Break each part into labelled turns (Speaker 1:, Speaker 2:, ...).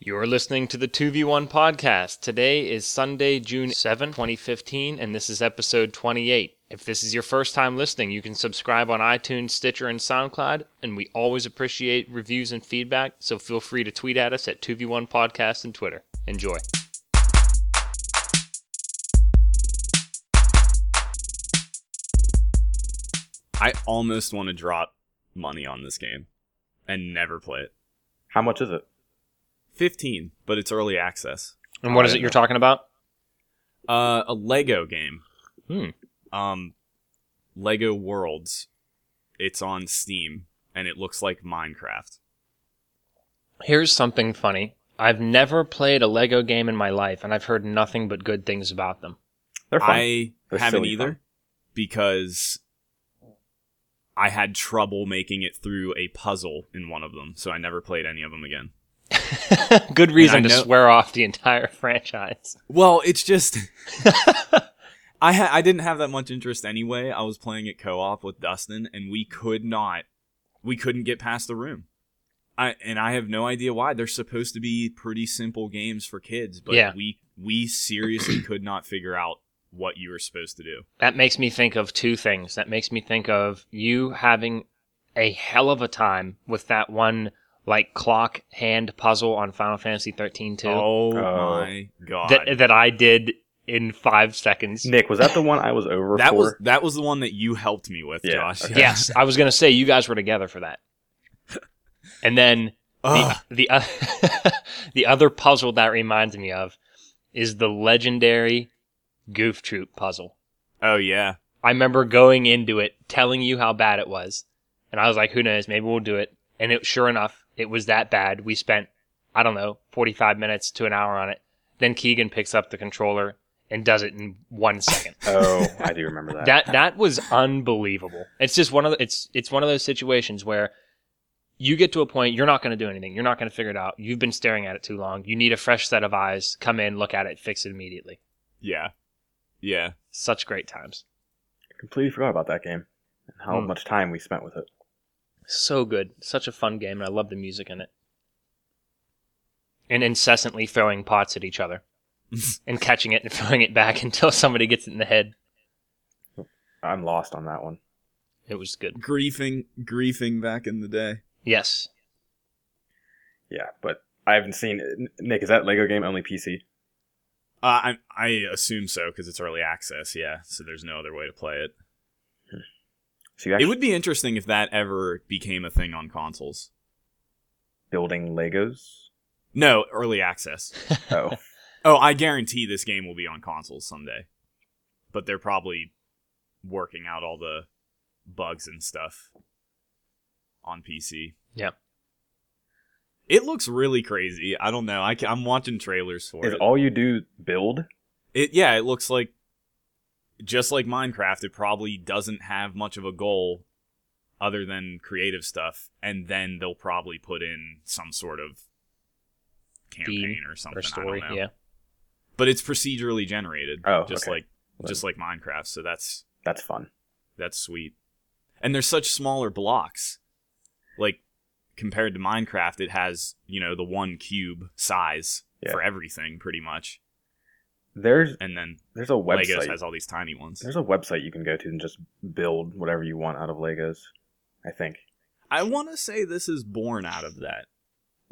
Speaker 1: You're listening to the 2v1 podcast. Today is Sunday, June 7, 2015, and this is episode 28. If this is your first time listening, you can subscribe on iTunes, Stitcher, and SoundCloud, and we always appreciate reviews and feedback, so feel free to tweet at us at 2v1 podcast and Twitter. Enjoy.
Speaker 2: I almost want to drop money on this game and never play it.
Speaker 3: How much is it?
Speaker 2: 15, but it's early access.
Speaker 1: And what is it you're talking about?
Speaker 2: Uh, a Lego game.
Speaker 1: Hmm.
Speaker 2: Um, Lego Worlds. It's on Steam and it looks like Minecraft.
Speaker 1: Here's something funny. I've never played a Lego game in my life, and I've heard nothing but good things about them.
Speaker 3: They're fun.
Speaker 2: I
Speaker 3: They're
Speaker 2: haven't
Speaker 3: silly
Speaker 2: either
Speaker 3: fun.
Speaker 2: because I had trouble making it through a puzzle in one of them, so I never played any of them again.
Speaker 1: good reason
Speaker 2: And
Speaker 1: to
Speaker 2: I know-
Speaker 1: swear off the entire franchise.
Speaker 2: Well, it's just I ha- I didn't have that much interest anyway. I was playing at co-op with Dustin, and we could not, we couldn't get past the room. I and I have no idea why. They're supposed to be pretty simple games for kids, but
Speaker 1: Yeah.
Speaker 2: we we seriously could not figure out what you were supposed to do.
Speaker 1: That makes me think of two things. That makes me think of you having a hell of a time with that one like clock hand puzzle on Final Fantasy 13 too.
Speaker 2: Oh,
Speaker 3: Oh.
Speaker 2: my god!
Speaker 1: that that I did in 5 seconds.
Speaker 3: Nick, was that the one I was over
Speaker 2: That
Speaker 3: for?
Speaker 2: was that was the one that you helped me with,
Speaker 3: Yeah,
Speaker 2: Josh.
Speaker 3: okay.
Speaker 1: Yes, I was going to say you guys were together for that. And then
Speaker 2: Ugh.
Speaker 1: the the, o- the other puzzle that reminds me of is the legendary Goof Troop puzzle.
Speaker 2: Oh yeah.
Speaker 1: I remember going into it, telling you how bad it was, and I was like, "Who knows? Maybe we'll do it." And it, sure enough, it was that bad. We spent, I don't know, forty-five minutes to an hour on it. Then Keegan picks up the controller and does it in one second.
Speaker 3: oh, I do remember that.
Speaker 1: that that was unbelievable. It's just one of the, it's it's one of those situations where you get to a point you're not going to do anything. You're not going to figure it out. You've been staring at it too long. You need a fresh set of eyes. Come in, look at it, fix it immediately.
Speaker 2: Yeah. Yeah.
Speaker 1: Such great times.
Speaker 3: completely forgot about that game and how
Speaker 1: Hmm.
Speaker 3: much time we spent with it.
Speaker 1: So good. Such a fun game, and I love the music in it. And incessantly throwing pots at each other. and catching it and throwing it back until somebody gets it in the head.
Speaker 3: I'm lost on that one.
Speaker 1: It was good.
Speaker 2: Griefing griefing back in the day.
Speaker 1: Yes.
Speaker 3: Yeah, but I haven't seen N- Nick. Is that Lego game only PC?
Speaker 2: Uh, I I assume so because it's early access. Yeah, so there's no other way to play it.
Speaker 3: So
Speaker 2: It
Speaker 3: you actually
Speaker 2: would be interesting if that ever became a thing on consoles.
Speaker 3: building Legos?
Speaker 2: No, early access.
Speaker 3: Oh,
Speaker 2: Oh, I guarantee this game will be on consoles someday, but they're probably working out all the bugs and stuff on PC.
Speaker 1: Yeah.
Speaker 2: It looks really crazy. I don't know. I ca- I'm watching trailers for
Speaker 3: is
Speaker 2: it.
Speaker 3: all you do build?
Speaker 2: it yeah it looks like just like minecraft it probably doesn't have much of a goal other than creative stuff and then they'll probably put in some sort of campaign or something
Speaker 1: Or story.
Speaker 2: I don't know.
Speaker 1: Yeah.
Speaker 2: but it's procedurally generated
Speaker 3: Oh,
Speaker 2: just
Speaker 3: okay.
Speaker 2: like just like minecraft so that's
Speaker 3: That's fun.
Speaker 2: that's sweet and there's such smaller blocks like compared to minecraft it has you know the one cube size
Speaker 3: Yeah.
Speaker 2: for everything pretty much
Speaker 3: There's
Speaker 2: and then
Speaker 3: there's a
Speaker 2: legos
Speaker 3: website.
Speaker 2: has all these tiny ones
Speaker 3: there's a website you can go to and just build whatever you want out of Legos. I think.
Speaker 2: I want to say this is born out of that.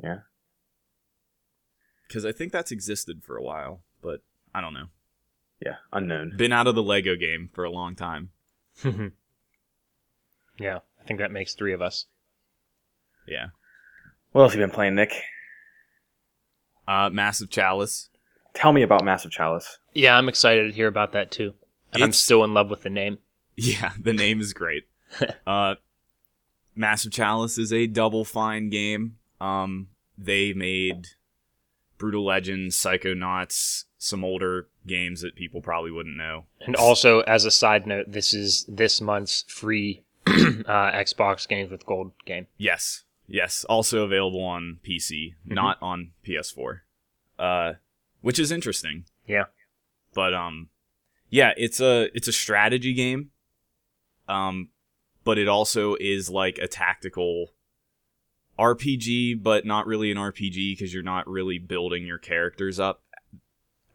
Speaker 3: Yeah.
Speaker 2: Because I think that's existed for a while, but I don't know.
Speaker 3: Yeah, unknown.
Speaker 2: Been out of the Lego game for a long time.
Speaker 1: yeah. I think that makes three of us.
Speaker 2: Yeah.
Speaker 3: What else you been playing, Nick?
Speaker 2: Uh, Massive Chalice.
Speaker 3: Tell me about Massive Chalice.
Speaker 1: Yeah, I'm excited to hear about that too. And I'm
Speaker 2: It's-
Speaker 1: still in love with the name.
Speaker 2: Yeah, the name is great. uh, Massive Chalice is a double fine game. Um, they made Brutal Legends, Psychonauts, some older games that people probably wouldn't know.
Speaker 1: And also, as a side note, this is this month's free uh, Xbox Games with Gold game.
Speaker 2: Yes. Yes. Also available on PC,
Speaker 1: Mhm.
Speaker 2: not on PS4. Uh which is interesting.
Speaker 1: Yeah.
Speaker 2: But um yeah, it's a it's a strategy game. Um but it also is like a tactical RPG, but not really an RPG because you're not really building your characters up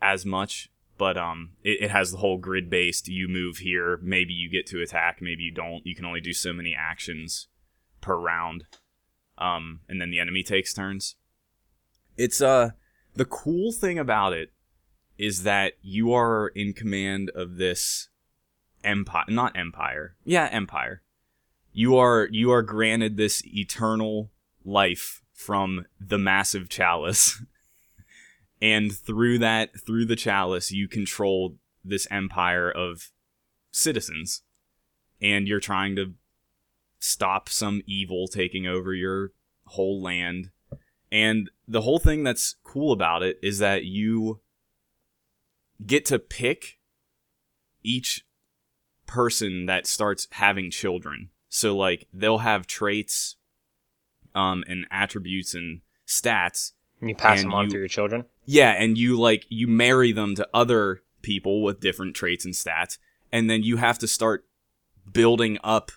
Speaker 2: as much. But um, it, it has the whole grid based. You move here, maybe you get to attack, maybe you don't. You can only do so many actions per round, um, and then the enemy takes turns. It's uh, the cool thing about it is that you are in command of this empire, not empire, yeah, empire you are you are granted this eternal life from the massive chalice and through that through the chalice you control this empire of citizens and you're trying to stop some evil taking over your whole land and the whole thing that's cool about it is that you get to pick each person that starts having children so like they'll have traits, um, and attributes and stats.
Speaker 1: And you pass
Speaker 2: And
Speaker 1: them on
Speaker 2: you-
Speaker 1: to your children.
Speaker 2: Yeah, and you like you marry them to other people with different traits and stats, and then you have to start building up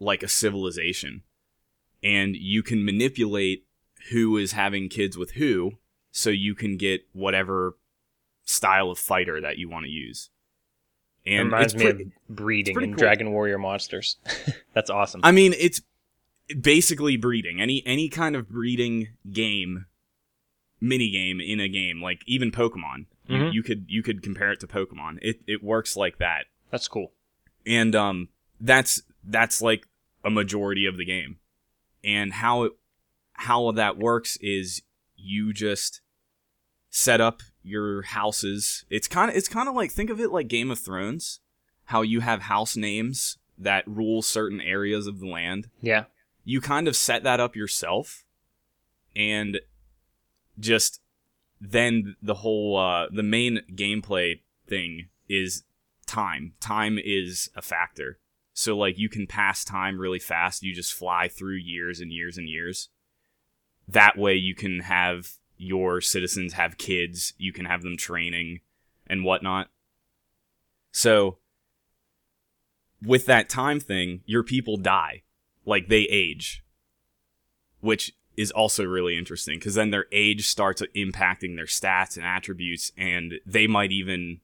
Speaker 2: like a civilization. And you can manipulate who is having kids with who, so you can get whatever style of fighter that you want to use.
Speaker 1: It
Speaker 2: And
Speaker 1: reminds
Speaker 2: it's
Speaker 1: me
Speaker 2: pre-
Speaker 1: of breeding
Speaker 2: pretty
Speaker 1: and
Speaker 2: cool.
Speaker 1: Dragon Warrior monsters. That's awesome.
Speaker 2: I mean, it's basically breeding. Any any kind of breeding game, mini game in a game, like even Pokemon. You- You,
Speaker 1: Mhm.
Speaker 2: could you could compare it to Pokemon. It it works like that,
Speaker 1: That's cool.
Speaker 2: and um, that's that's like a majority of the game, and how it how that works is you just set up your houses. It's kind of it's kind of like think of it like Game of Thrones, how you have house names that rule certain areas of the land
Speaker 1: Yeah.
Speaker 2: you kind of set that up yourself and just then the whole uh the main gameplay thing is time time is a factor so like you can pass time really fast you just fly through years and years and years that way you can have your citizens have kids you can have them training and whatnot so with that time thing your people die like they age, which is also really interesting because then their age starts impacting their stats and attributes, and they might even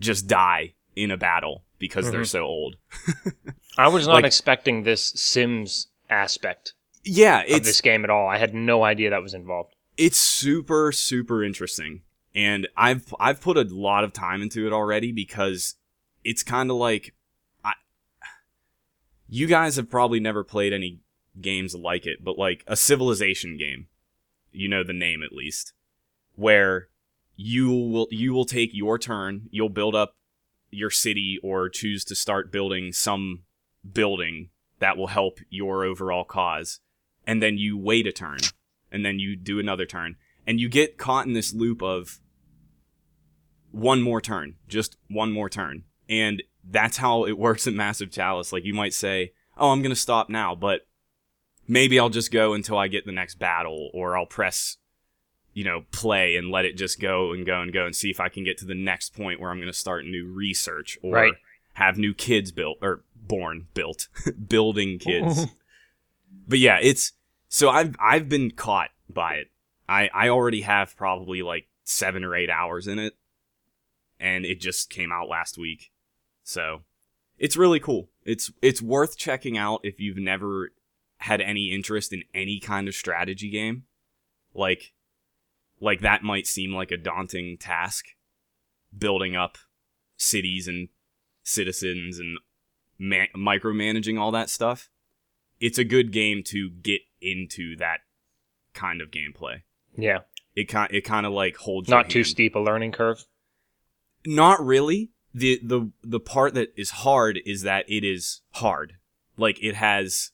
Speaker 2: just die in a battle because they're
Speaker 1: Mhm.
Speaker 2: so old.
Speaker 1: I was not
Speaker 2: Like-
Speaker 1: expecting this Sims aspect
Speaker 2: Yeah,
Speaker 1: of this game at all. I had no idea that was involved.
Speaker 2: it's super super interesting and i've i've put a lot of time into it already because it's kind of like i you guys have probably never played any games like it but like a civilization game you know the name at least where you will you will take your turn you'll build up your city or choose to start building some building that will help your overall cause and then you wait a turn and then you do another turn and you get caught in this loop of one more turn just one more turn and that's how it works in massive chalice like you might say oh i'm going to stop now but maybe i'll just go until i get the next battle or i'll press you know play and let it just go and go and go and see if i can get to the next point where i'm going to start new research or
Speaker 1: Right.
Speaker 2: have new kids built or born built building kids but yeah it's so I've I've been caught by it. I I already have probably like seven or eight hours in it, and it just came out last week, so it's really cool. It's it's worth checking out if you've never had any interest in any kind of strategy game, like like that might seem like a daunting task, building up cities and citizens and ma- micromanaging all that stuff it's a good game to get into that kind of gameplay.
Speaker 1: Yeah.
Speaker 2: It kind it kind of like holds your
Speaker 1: Not too
Speaker 2: hand.
Speaker 1: steep a learning curve.
Speaker 2: Not really. the the The part that is hard is that it is hard. Like it has,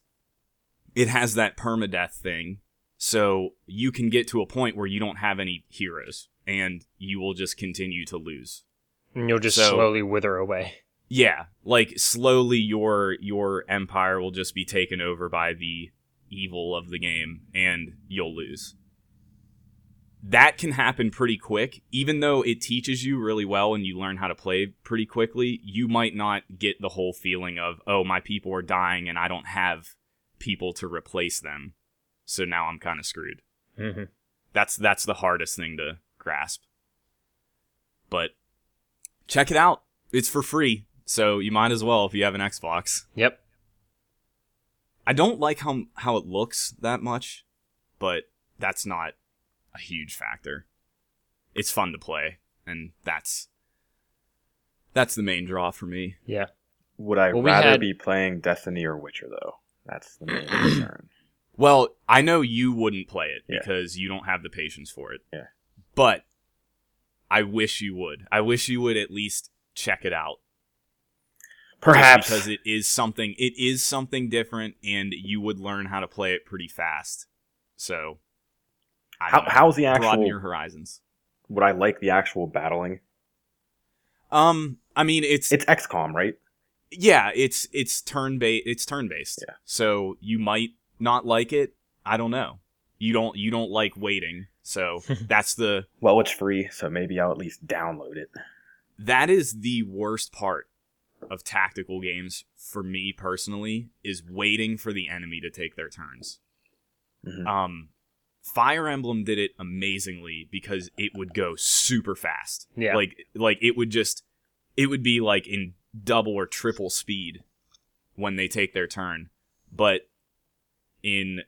Speaker 2: it has that permadeath thing. So you can get to a point where you don't have any heroes, and you will just continue to lose.
Speaker 1: And you'll just
Speaker 2: So-
Speaker 1: slowly wither away.
Speaker 2: Yeah, like slowly your your empire will just be taken over by the evil of the game and you'll lose. That can happen pretty quick. Even though it teaches you really well and you learn how to play pretty quickly, you might not get the whole feeling of, "Oh, my people are dying and I don't have people to replace them." So now I'm kind of screwed.
Speaker 3: Mm-hmm.
Speaker 2: That's that's the hardest thing to grasp. But check it out. It's for free. So you might as well if you have an Xbox.
Speaker 1: Yep.
Speaker 2: I don't like how how it looks that much, but that's not a huge factor. It's fun to play, and that's that's the main draw for me.
Speaker 1: Yeah.
Speaker 3: Would I
Speaker 1: Well, we
Speaker 3: rather
Speaker 1: had-
Speaker 3: be playing Destiny or Witcher though? That's the main concern.
Speaker 2: Well, I know you wouldn't play it
Speaker 3: Yeah.
Speaker 2: because you don't have the patience for it.
Speaker 3: Yeah.
Speaker 2: But I wish you would. I wish you would at least check it out. just
Speaker 3: Perhaps
Speaker 2: because it is something it is something different and you would learn how to play it pretty fast. So I
Speaker 3: how,
Speaker 2: don't know.
Speaker 3: how's the actual?
Speaker 2: broaden your horizons.
Speaker 3: Would I like the actual battling?
Speaker 2: Um I mean it's
Speaker 3: It's XCOM, right?
Speaker 2: yeah, it's it's turn based. It's turn based.
Speaker 3: Yeah.
Speaker 2: So you might not like it. I don't know. You don't you don't like waiting. So that's the
Speaker 3: Well, it's free, so maybe I'll at least download it.
Speaker 2: that is the worst part of tactical games for me personally is waiting for the enemy to take their turns.
Speaker 3: Mhm.
Speaker 2: Um Fire Emblem did it amazingly because it would go super fast.
Speaker 1: Yeah.
Speaker 2: Like like it would just it would be like in double or triple speed when they take their turn. But in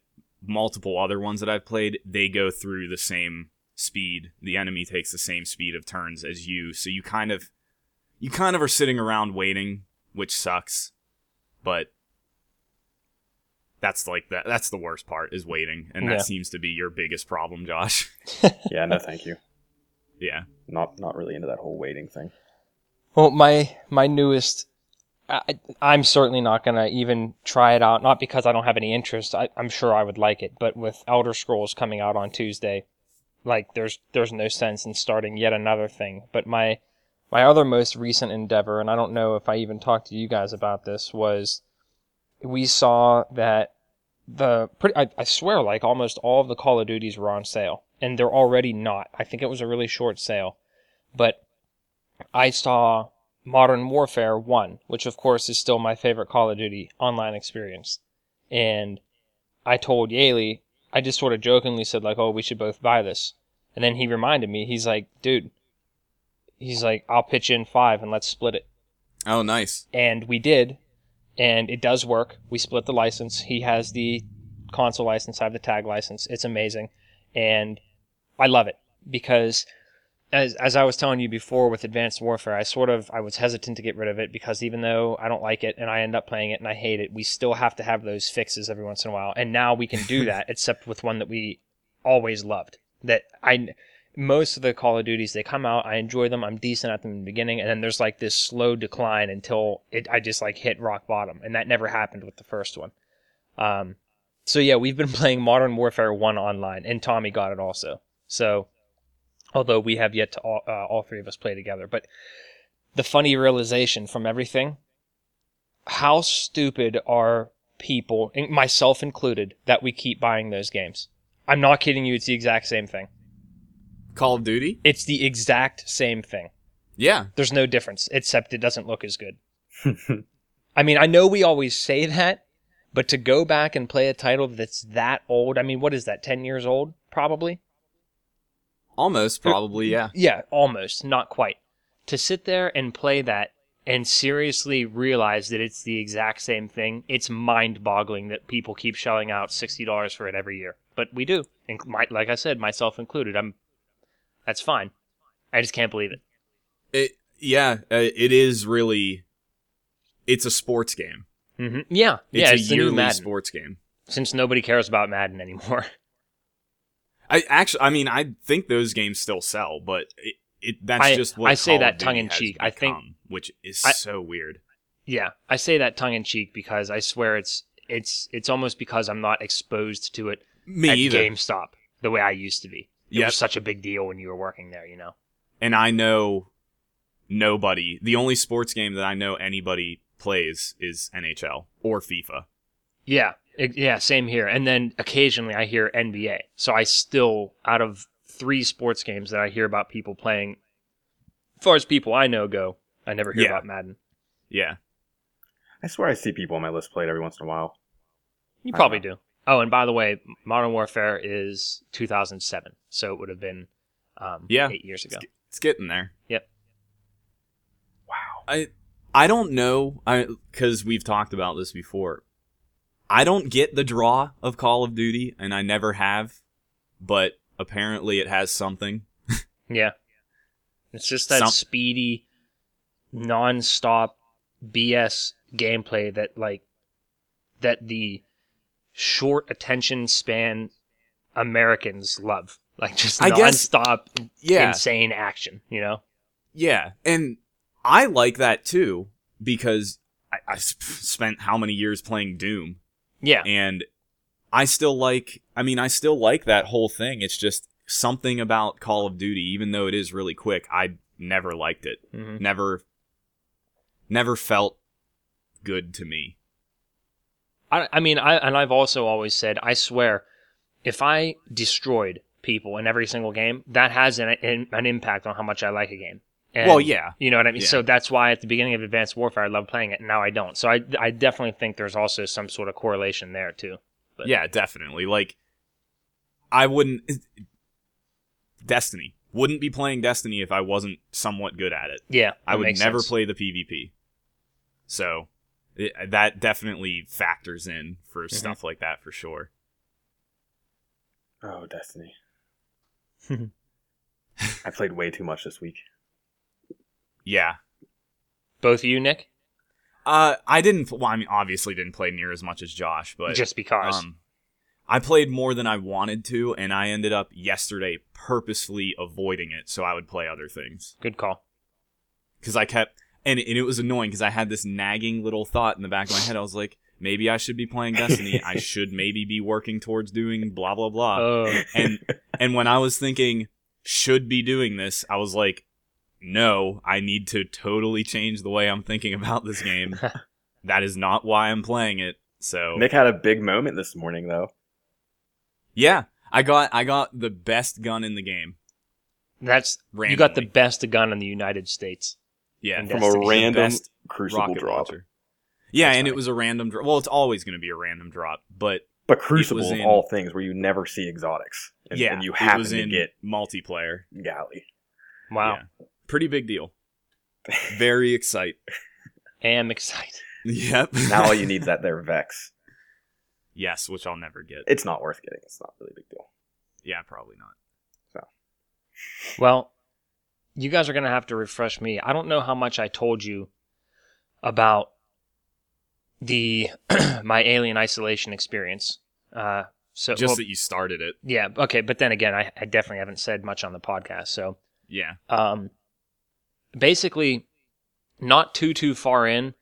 Speaker 2: multiple other ones that I've played, they go through the same speed. The enemy takes the same speed of turns as you, so you kind of you kind of are sitting around waiting, which sucks. But that's like that that's the worst part is waiting, and that
Speaker 1: Yeah.
Speaker 2: seems to be your biggest problem, Josh.
Speaker 3: Yeah, no, thank you.
Speaker 2: yeah.
Speaker 3: Not not really into that whole waiting thing.
Speaker 1: Well, my my newest, I, I'm certainly not gonna even try it out. Not because I don't have any interest. I, I'm sure I would like it, but with Elder Scrolls coming out on Tuesday, like there's there's no sense in starting yet another thing. But my my other most recent endeavor, and I don't know if I even talked to you guys about this, was we saw that the pretty I, I swear like almost all of the Call of Duties were on sale, and they're already not. I think it was a really short sale, but I saw Modern Warfare 1, which of course is still my favorite Call of Duty online experience. And I told Yaley, I just sort of jokingly said, like, oh, we should both buy this. And then he reminded me, he's like, dude, he's like, I'll pitch in five and let's split it.
Speaker 2: Oh, nice.
Speaker 1: And we did. And it does work. We split the license. He has the console license, I have the tag license. It's amazing. And I love it because as as I was telling you before with Advanced Warfare, I sort of I was hesitant to get rid of it because even though I don't like it and I end up playing it and I hate it, we still have to have those fixes every once in a while. And now we can do that except with one that we always loved. That I most of the Call of Duties they come out, I enjoy them, I'm decent at them in the beginning, and then there's like this slow decline until it I just like hit rock bottom, and that never happened with the first one. Um, so yeah, we've been playing Modern Warfare One online, and Tommy got it also. So, although we have yet to all, uh, all three of us play together, but the funny realization from everything: how stupid are people, and myself included, that we keep buying those games? I'm not kidding you; it's the exact same thing.
Speaker 2: Call of Duty?
Speaker 1: It's the exact same thing.
Speaker 2: Yeah.
Speaker 1: There's no difference, except it doesn't look as good. I mean, I know we always say that, but to go back and play a title that's that old, I mean, what is that, 10 years old, probably?
Speaker 2: Almost probably, yeah.
Speaker 1: Yeah, almost, not quite. To sit there and play that and seriously realize that it's the exact same thing, it's mind boggling that people keep shelling out $60 for it every year. But we do. And my, like I said, myself included. I'm, that's fine. I just can't believe it.
Speaker 2: It yeah, uh, it is really it's a sports game.
Speaker 1: hmm Yeah.
Speaker 2: Mm-hmm. It's
Speaker 1: yeah,
Speaker 2: a
Speaker 1: it's the new
Speaker 2: yearly
Speaker 1: Madden.
Speaker 2: sports game.
Speaker 1: since nobody cares about Madden anymore.
Speaker 2: I actually I mean I think those games still sell, but it, it that's
Speaker 1: I-
Speaker 2: just what
Speaker 1: I say
Speaker 2: Call of
Speaker 1: that
Speaker 2: Duty
Speaker 1: tongue in
Speaker 2: has
Speaker 1: cheek. I think-
Speaker 2: become, which is
Speaker 1: I-
Speaker 2: so weird.
Speaker 1: yeah, I say that tongue in cheek because I swear it's it's it's almost because I'm not exposed to it
Speaker 2: Me
Speaker 1: at
Speaker 2: either.
Speaker 1: GameStop the way I used to be. It
Speaker 2: Yep.
Speaker 1: was such a big deal when you were working there, you know.
Speaker 2: and I know nobody. The only sports game that I know anybody plays is NHL or FIFA.
Speaker 1: Yeah, it- yeah, same here. And then occasionally I hear NBA, so I still out of three sports games that I hear about people playing, as far as people I know go, I never hear
Speaker 2: Yeah.
Speaker 1: about Madden.
Speaker 2: Yeah,
Speaker 3: I swear I see people on my list play it every once in a while.
Speaker 1: You
Speaker 3: I
Speaker 1: probably
Speaker 3: know.
Speaker 1: do. Oh, and by the way, Modern Warfare is 2007, so it would have been um,
Speaker 2: Yeah.
Speaker 1: eight years ago.
Speaker 2: It's getting there.
Speaker 1: Yep.
Speaker 2: Wow. I I don't know. I because we've talked about this before. I don't get the draw of Call of Duty, and I never have. But apparently, it has something.
Speaker 1: Yeah, it's just that
Speaker 2: Some-
Speaker 1: speedy, non-stop BS gameplay that like that the short attention span Americans love. Like just
Speaker 2: I guess-
Speaker 1: non-stop insane action. You know?
Speaker 2: Yeah, and I like that too because I, I sp- spent how many years playing Doom,
Speaker 1: Yeah.
Speaker 2: and I still like. I mean, I still like that whole thing. It's just something about Call of Duty, even though it is really quick. I never liked it.
Speaker 1: Mhm.
Speaker 2: Never, never felt good to me.
Speaker 1: I, I mean, I and I've also always said, I swear, if I destroyed people in every single game, that has an an, an impact on how much I like a game. And,
Speaker 2: well, yeah,
Speaker 1: you know what I mean.
Speaker 2: Yeah.
Speaker 1: So that's why at the beginning of Advanced Warfare, I loved playing it, and now I don't. So I, I definitely think there's also some sort of correlation there too. but-
Speaker 2: yeah, definitely. Like, I wouldn't. Destiny wouldn't be playing Destiny if I wasn't somewhat good at it.
Speaker 1: Yeah,
Speaker 2: I
Speaker 1: that
Speaker 2: would
Speaker 1: makes
Speaker 2: never
Speaker 1: sense.
Speaker 2: play the PvP. So it, that definitely factors in for
Speaker 1: Mm-hmm.
Speaker 2: stuff like that for sure.
Speaker 3: Oh, Destiny. I played way too much this week.
Speaker 2: Yeah.
Speaker 1: Both of you, Nick,
Speaker 2: Uh, I didn't. Well, I mean, obviously didn't play near as much as Josh, but
Speaker 1: just because.
Speaker 2: um, I played more than I wanted to, and I ended up yesterday purposefully avoiding it so I would play other things
Speaker 1: Good call.
Speaker 2: because I kept and and it was annoying because I had this nagging little thought in the back of my head. I was like, maybe I should be playing Destiny. I should maybe be working towards doing blah blah blah.
Speaker 1: oh,
Speaker 2: and and when I was thinking should be doing this, I was like, no, I need to totally change the way I'm thinking about this game. that is not why I'm playing it. So
Speaker 3: Nick had a big moment this morning, though.
Speaker 2: yeah, I got I got the best gun in the game.
Speaker 1: that's
Speaker 2: Randomly.
Speaker 1: you got the best gun in the United States.
Speaker 2: yeah
Speaker 3: From
Speaker 1: Destiny.
Speaker 3: a random
Speaker 2: Best
Speaker 3: Crucible
Speaker 2: rocket
Speaker 3: drop.
Speaker 2: launcher. Yeah,
Speaker 1: That's
Speaker 2: and it
Speaker 1: funny.
Speaker 2: was a random drop. Well, it's always going to be a random drop, but
Speaker 3: But Crucible,
Speaker 2: was
Speaker 3: of
Speaker 2: in-
Speaker 3: all things, where you never see exotics. And,
Speaker 2: yeah,
Speaker 3: and you
Speaker 2: it
Speaker 3: happen
Speaker 2: was
Speaker 3: to
Speaker 2: in
Speaker 3: get
Speaker 2: multiplayer.
Speaker 3: Galley.
Speaker 1: Wow,
Speaker 2: Pretty big deal. Very excite.
Speaker 1: am excited.
Speaker 2: Yep.
Speaker 3: Now all you need is that there Vex.
Speaker 2: yes, which I'll never get.
Speaker 3: It's not worth getting. It's not really a big deal.
Speaker 2: Yeah, probably not.
Speaker 1: Well, you guys are going to have to refresh me. I don't know how much I told you about the my alien isolation experience. Uh, so
Speaker 2: Just
Speaker 1: well,
Speaker 2: that you started it.
Speaker 1: yeah, okay, but then again, I, I definitely haven't said much on the podcast. So
Speaker 2: Yeah.
Speaker 1: um, basically, not too too far in,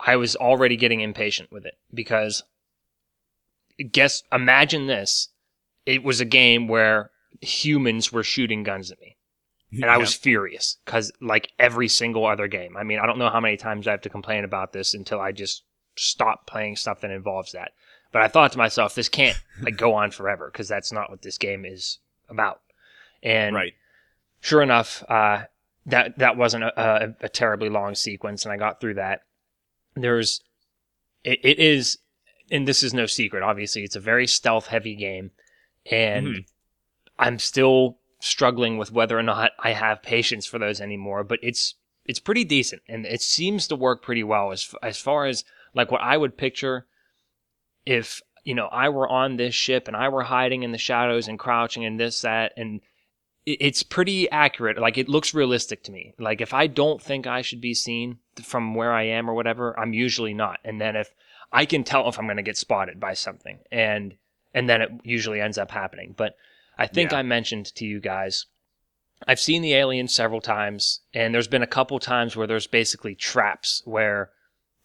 Speaker 1: I was already getting impatient with it because guess imagine this, it was a game where humans were shooting guns at me and I was furious because, like every single other game, I mean, I don't know how many times I have to complain about this until I just stop playing stuff that involves that. But I thought to myself, this can't like go on forever because that's not what this game is about. And
Speaker 2: right.
Speaker 1: sure enough, uh, that that wasn't a, a, a terribly long sequence, and I got through that. There's, it, it is, and this is no secret. Obviously, it's a very stealth heavy game, and
Speaker 2: Mhm.
Speaker 1: I'm still struggling with whether or not I have patience for those anymore. But it's it's pretty decent, and it seems to work pretty well as as far as like what I would picture if you know I were on this ship and I were hiding in the shadows and crouching and this that and it- it's pretty accurate like it looks realistic to me like if i don't think i should be seen from where i am or whatever i'm usually not and then if i can tell if i'm going to get spotted by something and and then it usually ends up happening but i think
Speaker 2: Yeah.
Speaker 1: i mentioned to you guys i've seen the alien several times and there's been a couple times where there's basically traps where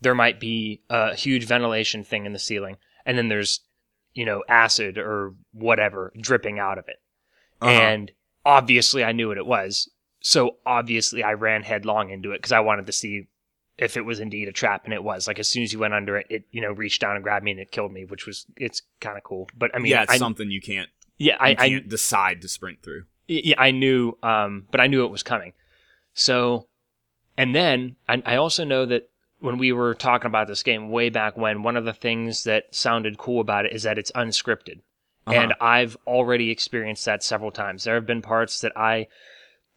Speaker 1: there might be a huge ventilation thing in the ceiling and then there's you know acid or whatever dripping out of it
Speaker 2: Uh-huh.
Speaker 1: and obviously I knew what it was. So obviously I ran headlong into it because I wanted to see if it was indeed a trap, and it was. Like as soon as you went under it, it you know reached down and grabbed me and it killed me, which was it's kind of cool. But I mean,
Speaker 2: yeah, it's
Speaker 1: I,
Speaker 2: something you can't
Speaker 1: yeah,
Speaker 2: you
Speaker 1: I, I
Speaker 2: can't decide to sprint through.
Speaker 1: yeah, I knew, um, but I knew it was coming. So, and then I, I also know that when we were talking about this game way back when, one of the things that sounded cool about it is that it's unscripted. And
Speaker 2: Uh-huh.
Speaker 1: I've already experienced that several times. There have been parts that I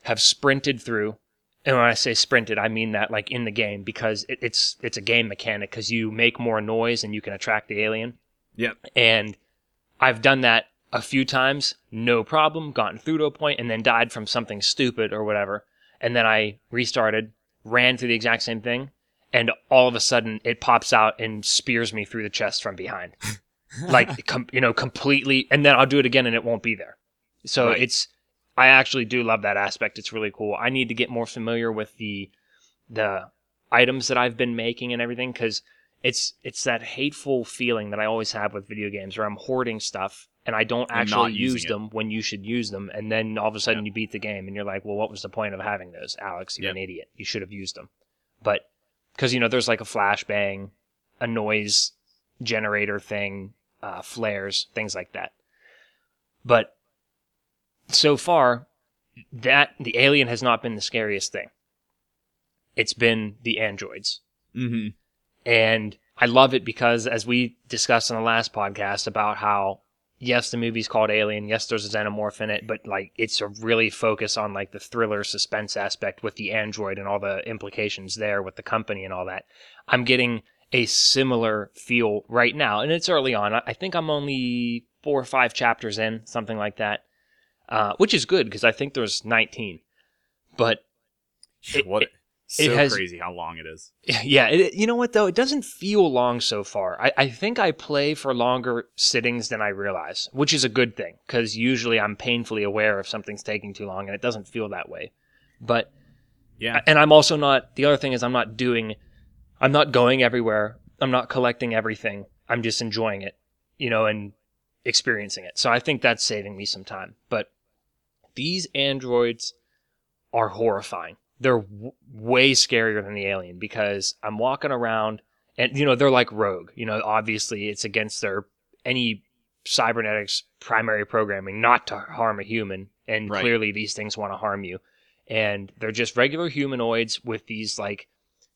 Speaker 1: have sprinted through. And when I say sprinted, I mean that like in the game because it, it's it's a game mechanic because you make more noise and you can attract the alien.
Speaker 2: Yep.
Speaker 1: And I've done that a few times, no problem, gotten through to a point and then died from something stupid or whatever. And then I restarted, ran through the exact same thing, and all of a sudden it pops out and spears me through the chest from behind
Speaker 2: Uh-huh.
Speaker 1: like com- you know completely and then i'll do it again and it won't be there so
Speaker 2: Right.
Speaker 1: it's i actually do love that aspect it's really cool i need to get more familiar with the the items that i've been making and everything because it's it's that hateful feeling that i always have with video games where i'm hoarding stuff and i don't
Speaker 2: And not
Speaker 1: actually
Speaker 2: using
Speaker 1: use
Speaker 2: it.
Speaker 1: them when you should use them and then all of a sudden you beat the game and you're like well what was the point of having those alex you're
Speaker 2: Yep.
Speaker 1: an idiot you should have used them but because you know there's like a flashbang a noise generator thing uh, flares, things like that. But so far, that the alien has not been the scariest thing. It's been the androids,
Speaker 2: hmm
Speaker 1: and I love it because, as we discussed in the last podcast, about how yes, the movie's called Alien, yes, there's a xenomorph in it, but like it's a really focus on like the thriller suspense aspect with the android and all the implications there with the company and all that. I'm getting a similar feel right now, and it's early on. I I think I'm only four or five chapters in, something like that, uh, which is good because I think there's 19. But It-
Speaker 2: what?
Speaker 1: it-
Speaker 2: so
Speaker 1: has-
Speaker 2: crazy how long it is.
Speaker 1: yeah, it, it- you know what though? It doesn't feel long so far. I, I think I play for longer sittings than I realize, which is a good thing because usually I'm painfully aware if something's taking too long, and it doesn't feel that way. But
Speaker 2: Yeah.
Speaker 1: and I'm also not. The other thing is I'm not doing. I'm not going everywhere. I'm not collecting everything. I'm just enjoying it, you know, and experiencing it. So I think that's saving me some time. But these androids are horrifying. They're w- way scarier than the alien because I'm walking around and you know they're like rogue. You know, obviously it's against their any cybernetics primary programming not to harm a human and
Speaker 2: Right.
Speaker 1: clearly these things want to harm you. And they're just regular humanoids with these like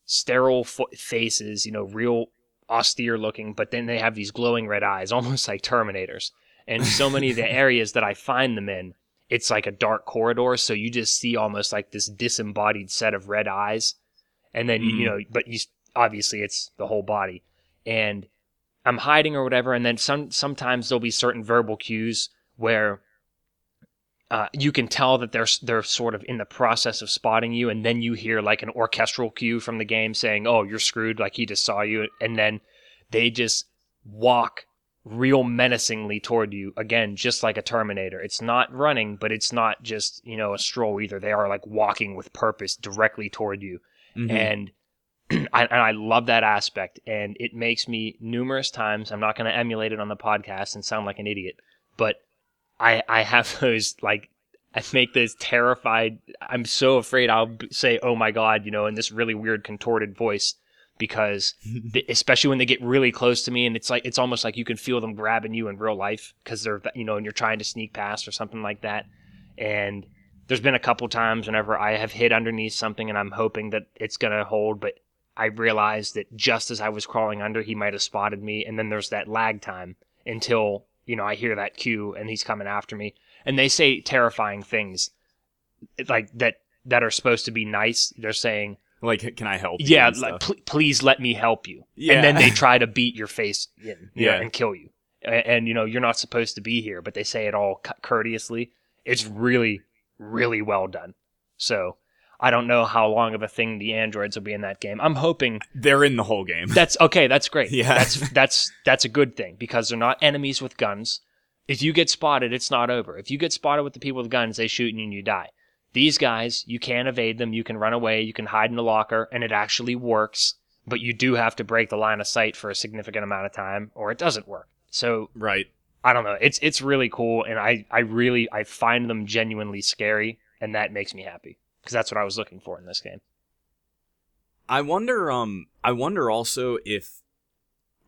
Speaker 1: sterile fo- faces, you know, real austere looking, but then they have these glowing red eyes, almost like Terminators. And so many of the areas that I find them in, it's like a dark corridor, so you just see almost like this disembodied set of red eyes, and then you- you
Speaker 2: Mhm.
Speaker 1: know, but you s- obviously it's the whole body, and I'm hiding or whatever, and then some sometimes there'll be certain verbal cues where. Uh, you can tell that they're s- they're sort of in the process of spotting you, and then you hear like an orchestral cue from the game saying, "Oh, you're screwed," like he just saw you, and then they just walk real menacingly toward you again just like a terminator it's not running but it's not just you know a stroll either they are like walking with purpose directly toward you
Speaker 2: Mhm.
Speaker 1: and I, and I love that aspect and it makes me numerous times i'm not going to emulate it on the podcast and sound like an idiot but i i have those like i make those terrified i'm so afraid i'll b- say oh my god you know in this really weird contorted voice because th- especially when they get really close to me and it's like it's almost like you can feel them grabbing you in real life because they're you know and you're trying to sneak past or something like that and there's been a couple times whenever i have hid underneath something and i'm hoping that it's going to hold but i realized that just as i was crawling under he might have spotted me and then there's that lag time until you know i hear that cue and he's coming after me and they say terrifying things like that that are supposed to be nice they're saying
Speaker 2: like, can I help? you
Speaker 1: yeah
Speaker 2: and
Speaker 1: like,
Speaker 2: stuff?
Speaker 1: pl- please let me help you
Speaker 2: Yeah.
Speaker 1: and then they try to beat your face in you know,
Speaker 2: Yeah.
Speaker 1: and kill you and, and you know you're not supposed to be here but they say it all cu- courteously it's really really well done so i don't know how long of a thing the androids will be in that game i'm hoping
Speaker 2: they're in the whole game.
Speaker 1: that's okay that's great
Speaker 2: Yeah.
Speaker 1: that's that's that's a good thing because they're not enemies with guns if you get spotted it's not over if you get spotted with the people with guns they shoot you and you die these guys you can evade them you can run away you can hide in a locker and it actually works but you do have to break the line of sight for a significant amount of time or it doesn't work so
Speaker 2: right.
Speaker 1: i don't know it's it's really cool and i i really i find them genuinely scary and that makes me happy because that's what i was looking for in this game
Speaker 2: I wonder. Um, I wonder also if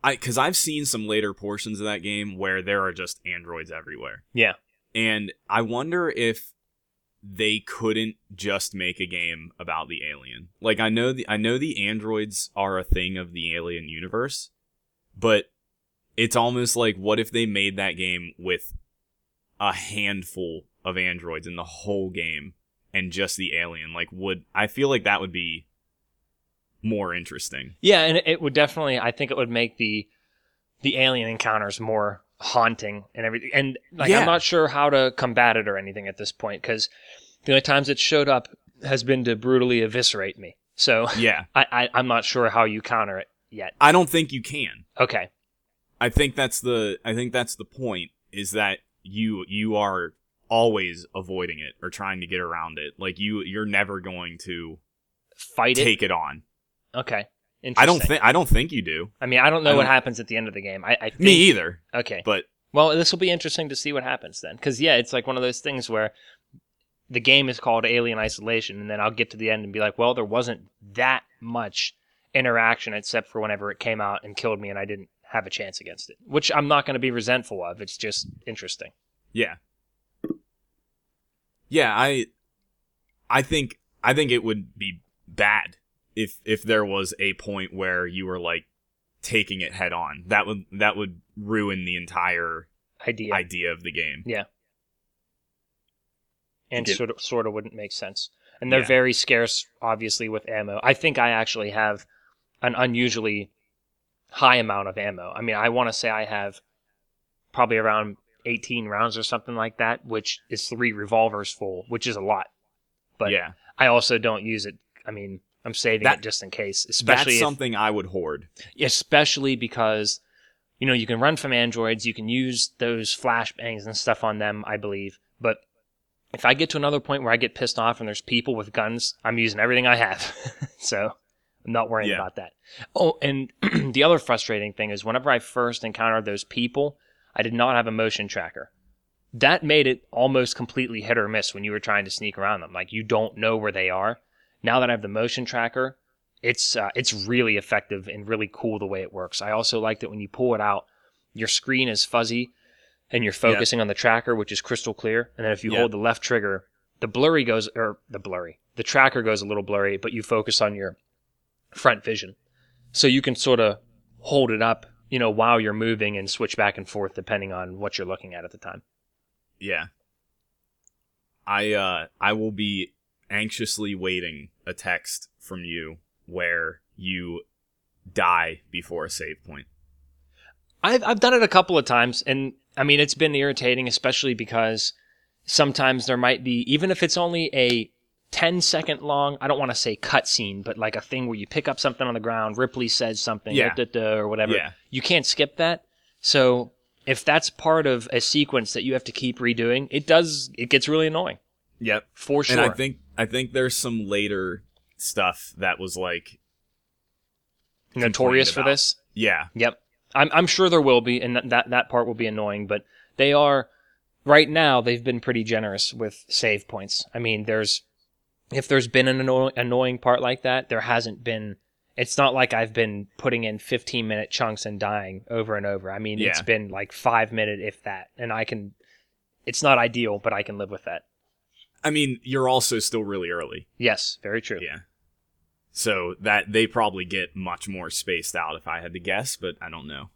Speaker 2: I because I've seen some later portions of that game where there are just androids everywhere,
Speaker 1: yeah
Speaker 2: and I wonder if they couldn't just make a game about the alien. Like I know the I know the androids are a thing of the alien universe, but it's almost like what if they made that game with a handful of androids in the whole game and just the alien? Like would I feel like that would be more interesting.
Speaker 1: Yeah, and it- it would definitely. I think it would make the the alien encounters more haunting and everything. And like,
Speaker 2: Yeah.
Speaker 1: I'm not sure how to combat it or anything at this point because the only times it showed up has been to brutally eviscerate me. So
Speaker 2: Yeah.
Speaker 1: I, I I'm not sure how you counter it yet.
Speaker 2: I don't think you can.
Speaker 1: Okay.
Speaker 2: I think that's the I think that's the point is that you you are always avoiding it or trying to get around it. Like you you're never going to
Speaker 1: Fight it.
Speaker 2: take it on.
Speaker 1: Okay.
Speaker 2: I don't
Speaker 1: Interesting.
Speaker 2: think I don't think you do.
Speaker 1: I mean, I don't know
Speaker 2: I
Speaker 1: what
Speaker 2: don't-
Speaker 1: happens at the end of the game. I, I think,
Speaker 2: Me either.
Speaker 1: Okay.
Speaker 2: But
Speaker 1: Well, this will be interesting to see what happens then, because yeah, it's like one of those things where the game is called Alien Isolation, and then I'll get to the end and be like, well, there wasn't that much interaction except for whenever it came out and killed me, and I didn't have a chance against it, which I'm not going to be resentful of. It's just interesting.
Speaker 2: yeah. Yeah, I I think I think it would be bad if if there was a point where you were like taking it head on. That would that would ruin the entire
Speaker 1: Idea
Speaker 2: idea of the game.
Speaker 1: and
Speaker 3: did-
Speaker 1: sort of sort of wouldn't make sense. And they're
Speaker 2: Yeah.
Speaker 1: very scarce, obviously, with ammo. I think I actually have an unusually high amount of ammo. I mean, I want to say I have probably around 18 rounds or something like that, which is three revolvers full, which is a lot. But
Speaker 2: yeah.
Speaker 1: I also don't use it. I mean, I'm saving
Speaker 2: That-
Speaker 1: it just in case, especially
Speaker 2: that's
Speaker 1: if-
Speaker 2: something I would hoard.
Speaker 1: especially because you know you can run from androids you can use those flashbangs and stuff on them i believe but if i get to another point where i get pissed off and there's people with guns i'm using everything i have so i'm not worrying
Speaker 2: Yeah.
Speaker 1: about that oh and the other frustrating thing is whenever i first encountered those people i did not have a motion tracker that made it almost completely hit or miss when you were trying to sneak around them like you don't know where they are now that i have the motion tracker it's uh, it's really effective and really cool the way it works. I also like that when you pull it out, your screen is fuzzy, and you're focusing on the tracker, which is crystal clear. And then if you
Speaker 2: Yeah.
Speaker 1: hold the left trigger, the blurry goes or the blurry, the tracker goes a little blurry, but you focus on your front vision, so you can sort of hold it up, you know, while you're moving and switch back and forth depending on what you're looking at at the time.
Speaker 2: Yeah. I uh I will be anxiously waiting a text from you where you die before a save point.
Speaker 1: I've I've done it a couple of times, and I mean it's been irritating, especially because sometimes there might be even if it's only a 10 second long i don't want to say cutscene but like a thing where you pick up something on the ground ripley says something
Speaker 2: Yeah.
Speaker 1: da, da, da, or whatever
Speaker 2: Yeah.
Speaker 1: you can't skip that so if that's part of a sequence that you have to keep redoing it does it gets really annoying
Speaker 2: Yep.
Speaker 1: for sure
Speaker 2: And I think I think there's some later stuff that was like
Speaker 1: notorious for
Speaker 2: complained about.
Speaker 1: this
Speaker 2: yeah.
Speaker 1: Yep. I'm, I'm sure there will be, and th- that, that part will be annoying, but they are, right now, they've been pretty generous with save points. I mean, there's, if there's been an anno- annoying part like that, there hasn't been, it's not like I've been putting in 15 minute chunks and dying over and over. I mean, it's
Speaker 2: Yeah.
Speaker 1: been like five minute, if that, and I can, it's not ideal, but I can live with that.
Speaker 2: I mean, you're also still really early.
Speaker 1: Yes, very true.
Speaker 2: Yeah. So that they probably get much more spaced out if I had to guess, but I don't know.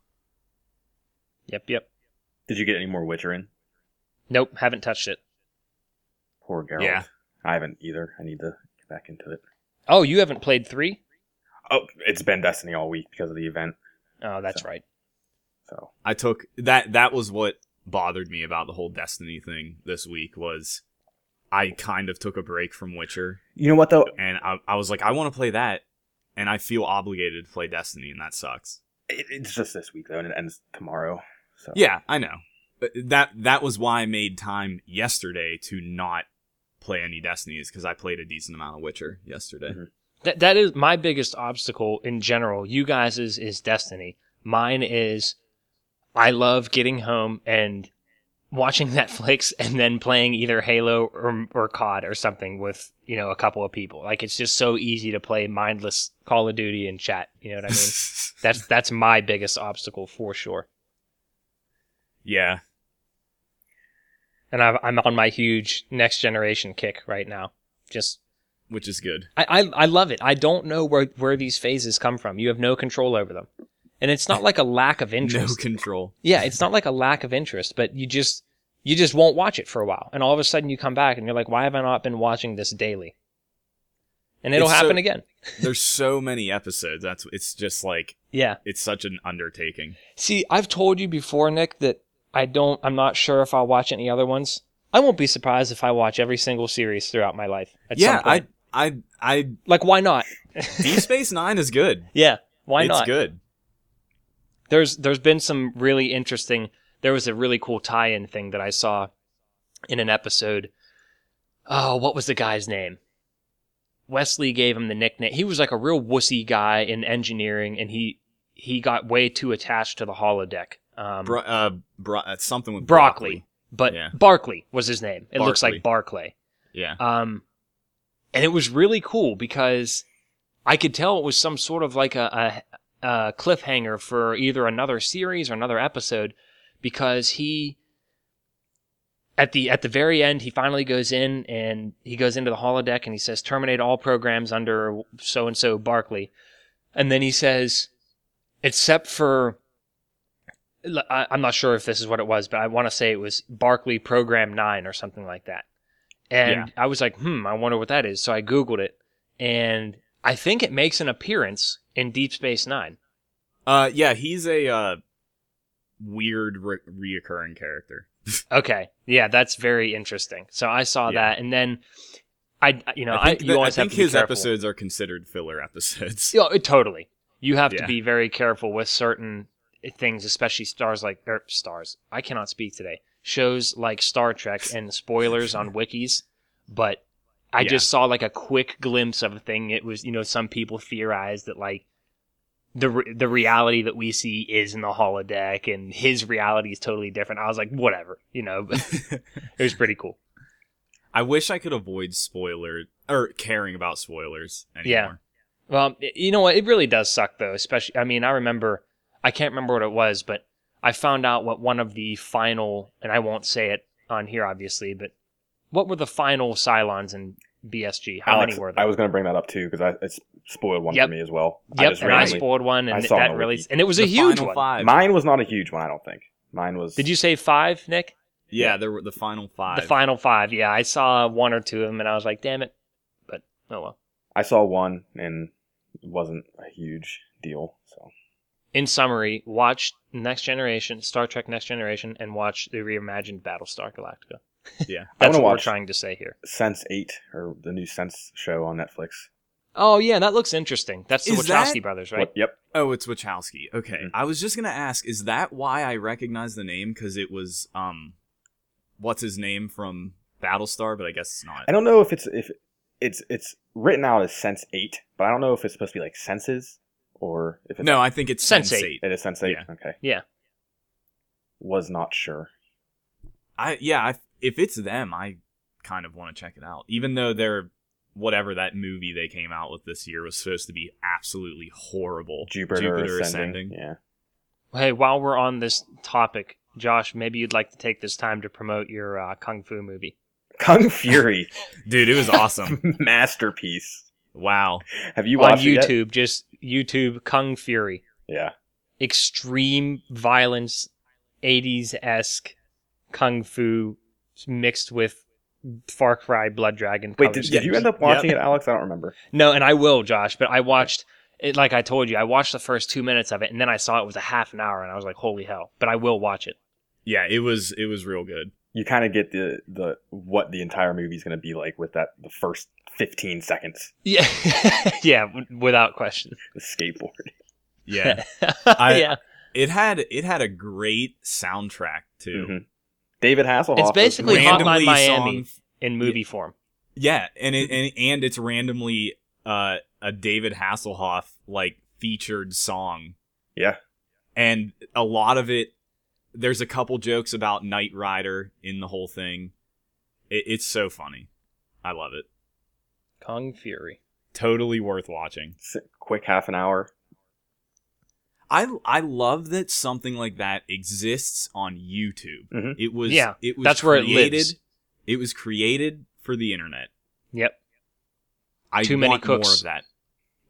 Speaker 1: Yep, yep.
Speaker 3: Did you get any more Witcher in?
Speaker 1: Nope, haven't touched it.
Speaker 3: Poor Geralt.
Speaker 2: Yeah.
Speaker 3: I haven't either. I need to get back into it.
Speaker 1: Oh, you haven't played three?
Speaker 3: Oh, it's been Destiny all week because of the event.
Speaker 1: Oh, that's
Speaker 3: So-
Speaker 1: right.
Speaker 3: So
Speaker 2: I took that that was what bothered me about the whole Destiny thing this week was I kind of took a break from Witcher
Speaker 3: you know what though?
Speaker 2: and I, I was like I want to play that and I feel obligated to play Destiny and that sucks.
Speaker 3: It, it's just this week though, and it ends tomorrow. So
Speaker 2: Yeah, I know. But That that was why I made time yesterday to not play any Destinies because I played a decent amount of Witcher yesterday.
Speaker 1: Mm-hmm.
Speaker 3: Mhm.
Speaker 1: That that is my biggest obstacle in general. You guys is is destiny. Mine is I love getting home and watching Netflix and then playing either Halo or or COD or something with, you know, a couple of people. Like it's just so easy to play mindless Call of Duty and chat, you know what I mean? that's that's my biggest obstacle for sure. I
Speaker 2: yeah,
Speaker 1: and I've, I'm on my huge next generation kick right now. Just
Speaker 2: which is good.
Speaker 1: I, I I love it. I don't know where where these phases come from. You have no control over them, and it's not like a lack of
Speaker 2: No
Speaker 1: interest.
Speaker 2: control.
Speaker 1: yeah, it's not like a lack of interest, but you just you just won't watch it for a while, and all of a sudden you come back and you're like, why have I not been watching this daily? And it'll
Speaker 2: It's so-
Speaker 1: happen again.
Speaker 2: There's so many episodes. That's it's just like
Speaker 1: Yeah.
Speaker 2: it's such an undertaking.
Speaker 1: See, I've told you before, Nick, that I don't. I'm not sure if I'll watch any other ones. I won't be surprised if I watch every single series throughout my life. At
Speaker 2: yeah,
Speaker 1: some
Speaker 2: I
Speaker 1: point.
Speaker 2: I I
Speaker 1: like why not?
Speaker 2: Deep Space Nine is good.
Speaker 1: Yeah, why
Speaker 2: it's
Speaker 1: not?
Speaker 2: good.
Speaker 1: There's there's been some really interesting. There was a really cool tie-in thing that I saw in an episode. Oh, what was the guy's name? Wesley gave him the nickname. He was like a real wussy guy in engineering, and he he got way too attached to the holodeck. Um,
Speaker 2: Bro- uh, bro- uh, something with
Speaker 1: broccoli, but
Speaker 2: Yeah.
Speaker 1: Barkley was his name. It looks like Barclay.
Speaker 2: Yeah,
Speaker 1: Um, and it was really cool because I could tell it was some sort of like a, a, a cliffhanger for either another series or another episode because he at the at the very end he finally goes in and he goes into the holodeck and he says terminate all programs under so and so Barkley and then he says except for l- I- I'm not sure if this is what it was but I want to say it was Barkley program 9 or something like that and I was like hmm I wonder what that is so I googled it and I think it makes an appearance in Deep Space 9
Speaker 2: uh, yeah. He's a uh, weird re- reoccurring character.
Speaker 1: Okay. Yeah, that's very interesting. So I saw
Speaker 2: Yeah.
Speaker 1: that, and then I, I- you know,
Speaker 2: I
Speaker 1: I,
Speaker 2: think,
Speaker 1: you
Speaker 2: that- I
Speaker 1: always have
Speaker 2: think
Speaker 1: to be
Speaker 2: his
Speaker 1: careful.
Speaker 2: episodes are considered filler episodes.
Speaker 1: Yeah, it- totally. You have
Speaker 2: Yeah.
Speaker 1: to be very careful with certain eh, things, especially stars like er, stars. I cannot speak today. Shows like Star Trek and spoilers on wikis, but I
Speaker 2: Yeah.
Speaker 1: just saw like a quick glimpse of a thing. It was you know some people theorized that like the re- the reality that we see is in the holodeck, and his reality is totally different. I was like, whatever, you know. but it was pretty cool.
Speaker 2: I wish I could avoid spoiler or caring about spoilers
Speaker 1: Yeah.
Speaker 2: anymore.
Speaker 1: Well, y- you know what? It really does suck, though. Especially, I mean, I remember, I can't remember what it was, but I found out what one of the final, and I won't say it on here, obviously, but what were the final Cylons in BSG? How
Speaker 3: Alex,
Speaker 1: many were there?
Speaker 3: I was going to bring that up too because it's spoiled one
Speaker 1: Yep.
Speaker 3: for me as well. I
Speaker 1: yep,
Speaker 3: just
Speaker 1: and I
Speaker 3: randomly-
Speaker 1: spoiled one,
Speaker 3: I
Speaker 1: and
Speaker 3: saw it on
Speaker 1: that
Speaker 3: the
Speaker 1: really,
Speaker 3: wiki.
Speaker 1: and it was a
Speaker 2: The
Speaker 1: huge
Speaker 2: final
Speaker 1: one.
Speaker 2: Five.
Speaker 3: Mine was not a huge one, I don't think. Mine was.
Speaker 1: Did you say five, Nick?
Speaker 2: yeah, there were the final five.
Speaker 1: The final five. Yeah, I saw one or two of them, and I was like, damn it. But oh well.
Speaker 3: I saw one and it wasn't a huge deal. So
Speaker 1: In summary, watch Next Generation, Star Trek Next Generation, and watch the reimagined Battlestar Galactica.
Speaker 2: yeah,
Speaker 3: I
Speaker 1: That's
Speaker 3: wanna
Speaker 1: what we're
Speaker 3: watch-
Speaker 1: trying to say here.
Speaker 3: Sense Eight or the new Sense show on Netflix.
Speaker 1: Oh yeah, that looks interesting. That's the
Speaker 2: Is
Speaker 1: Wachowski
Speaker 2: that-
Speaker 1: brothers, right?
Speaker 3: What- Yep.
Speaker 2: Oh, it's Wachowski. Okay.
Speaker 1: Mm-hmm.
Speaker 3: Mhm.
Speaker 2: I was just gonna ask, is that why I recognize the name? Because it was um what's his name from Battlestar, but I guess it's not.
Speaker 3: I don't know if it's if it's it's written out as Sense Eight, but I don't know if it's supposed to be like senses or if it's
Speaker 2: No, I think it's
Speaker 1: Sense8.
Speaker 2: Sense8.
Speaker 3: It is Sense Eight.
Speaker 2: Yeah.
Speaker 3: Okay.
Speaker 1: Yeah.
Speaker 3: Was not sure.
Speaker 2: I yeah, I, if it's them, I kind of want to check it out. Even though they're whatever that movie they came out with this year was supposed to be absolutely horrible.
Speaker 3: Jupiter, ascending. Yeah.
Speaker 1: Hey, while we're on this topic, Josh, maybe you'd like to take this time to promote your uh, kung fu movie.
Speaker 3: Kung Fury
Speaker 2: Dude, it was awesome.
Speaker 3: masterpiece.
Speaker 2: wow.
Speaker 3: Have you
Speaker 1: on
Speaker 3: watched it yet?
Speaker 1: YouTube, just YouTube Kung Fury,
Speaker 3: Yeah.
Speaker 1: extreme violence, '80s esque kung fu mixed with Far Cry Blood Dragon.
Speaker 3: Wait,
Speaker 1: color
Speaker 3: did,
Speaker 1: schemes.
Speaker 3: did you end up watching it, Alex? I don't remember.
Speaker 1: No, and I will, Josh. But I watched it, like I told you, I watched the first two minutes of it, and then I saw it was a half an hour, and I was like, "Holy hell!" But I will watch it.
Speaker 2: Yeah, it was it was real good.
Speaker 3: You kind of get the the what the entire movie's going to be like with that the first 15 seconds.
Speaker 1: Yeah, yeah, w- without question.
Speaker 3: The skateboard.
Speaker 2: Yeah. I-
Speaker 1: yeah,
Speaker 2: it had it had a great soundtrack too.
Speaker 3: Mhm. David Hasselhoff.
Speaker 1: It's
Speaker 3: was
Speaker 1: basically
Speaker 3: random-
Speaker 1: Hotline Miami.
Speaker 2: song-
Speaker 1: in movie form.
Speaker 2: Yeah, and it and,
Speaker 1: Mm-hmm.
Speaker 2: and it's randomly uh, a David Hasselhoff like featured song,
Speaker 3: Yeah.
Speaker 2: and a lot of it. There's a couple jokes about Knight Rider in the whole thing. It, it's so funny, I love it.
Speaker 1: Kung Fury.
Speaker 2: Totally worth watching.
Speaker 3: S- Quick half an hour.
Speaker 2: I I love that something like that exists on YouTube.
Speaker 3: Mhm.
Speaker 2: It was
Speaker 1: Mm-hmm. Yeah,
Speaker 2: it was
Speaker 1: that's where it lives.
Speaker 2: It was created for the internet.
Speaker 1: Yep.
Speaker 2: I
Speaker 1: Too many
Speaker 2: want more
Speaker 1: cooks.
Speaker 2: of that.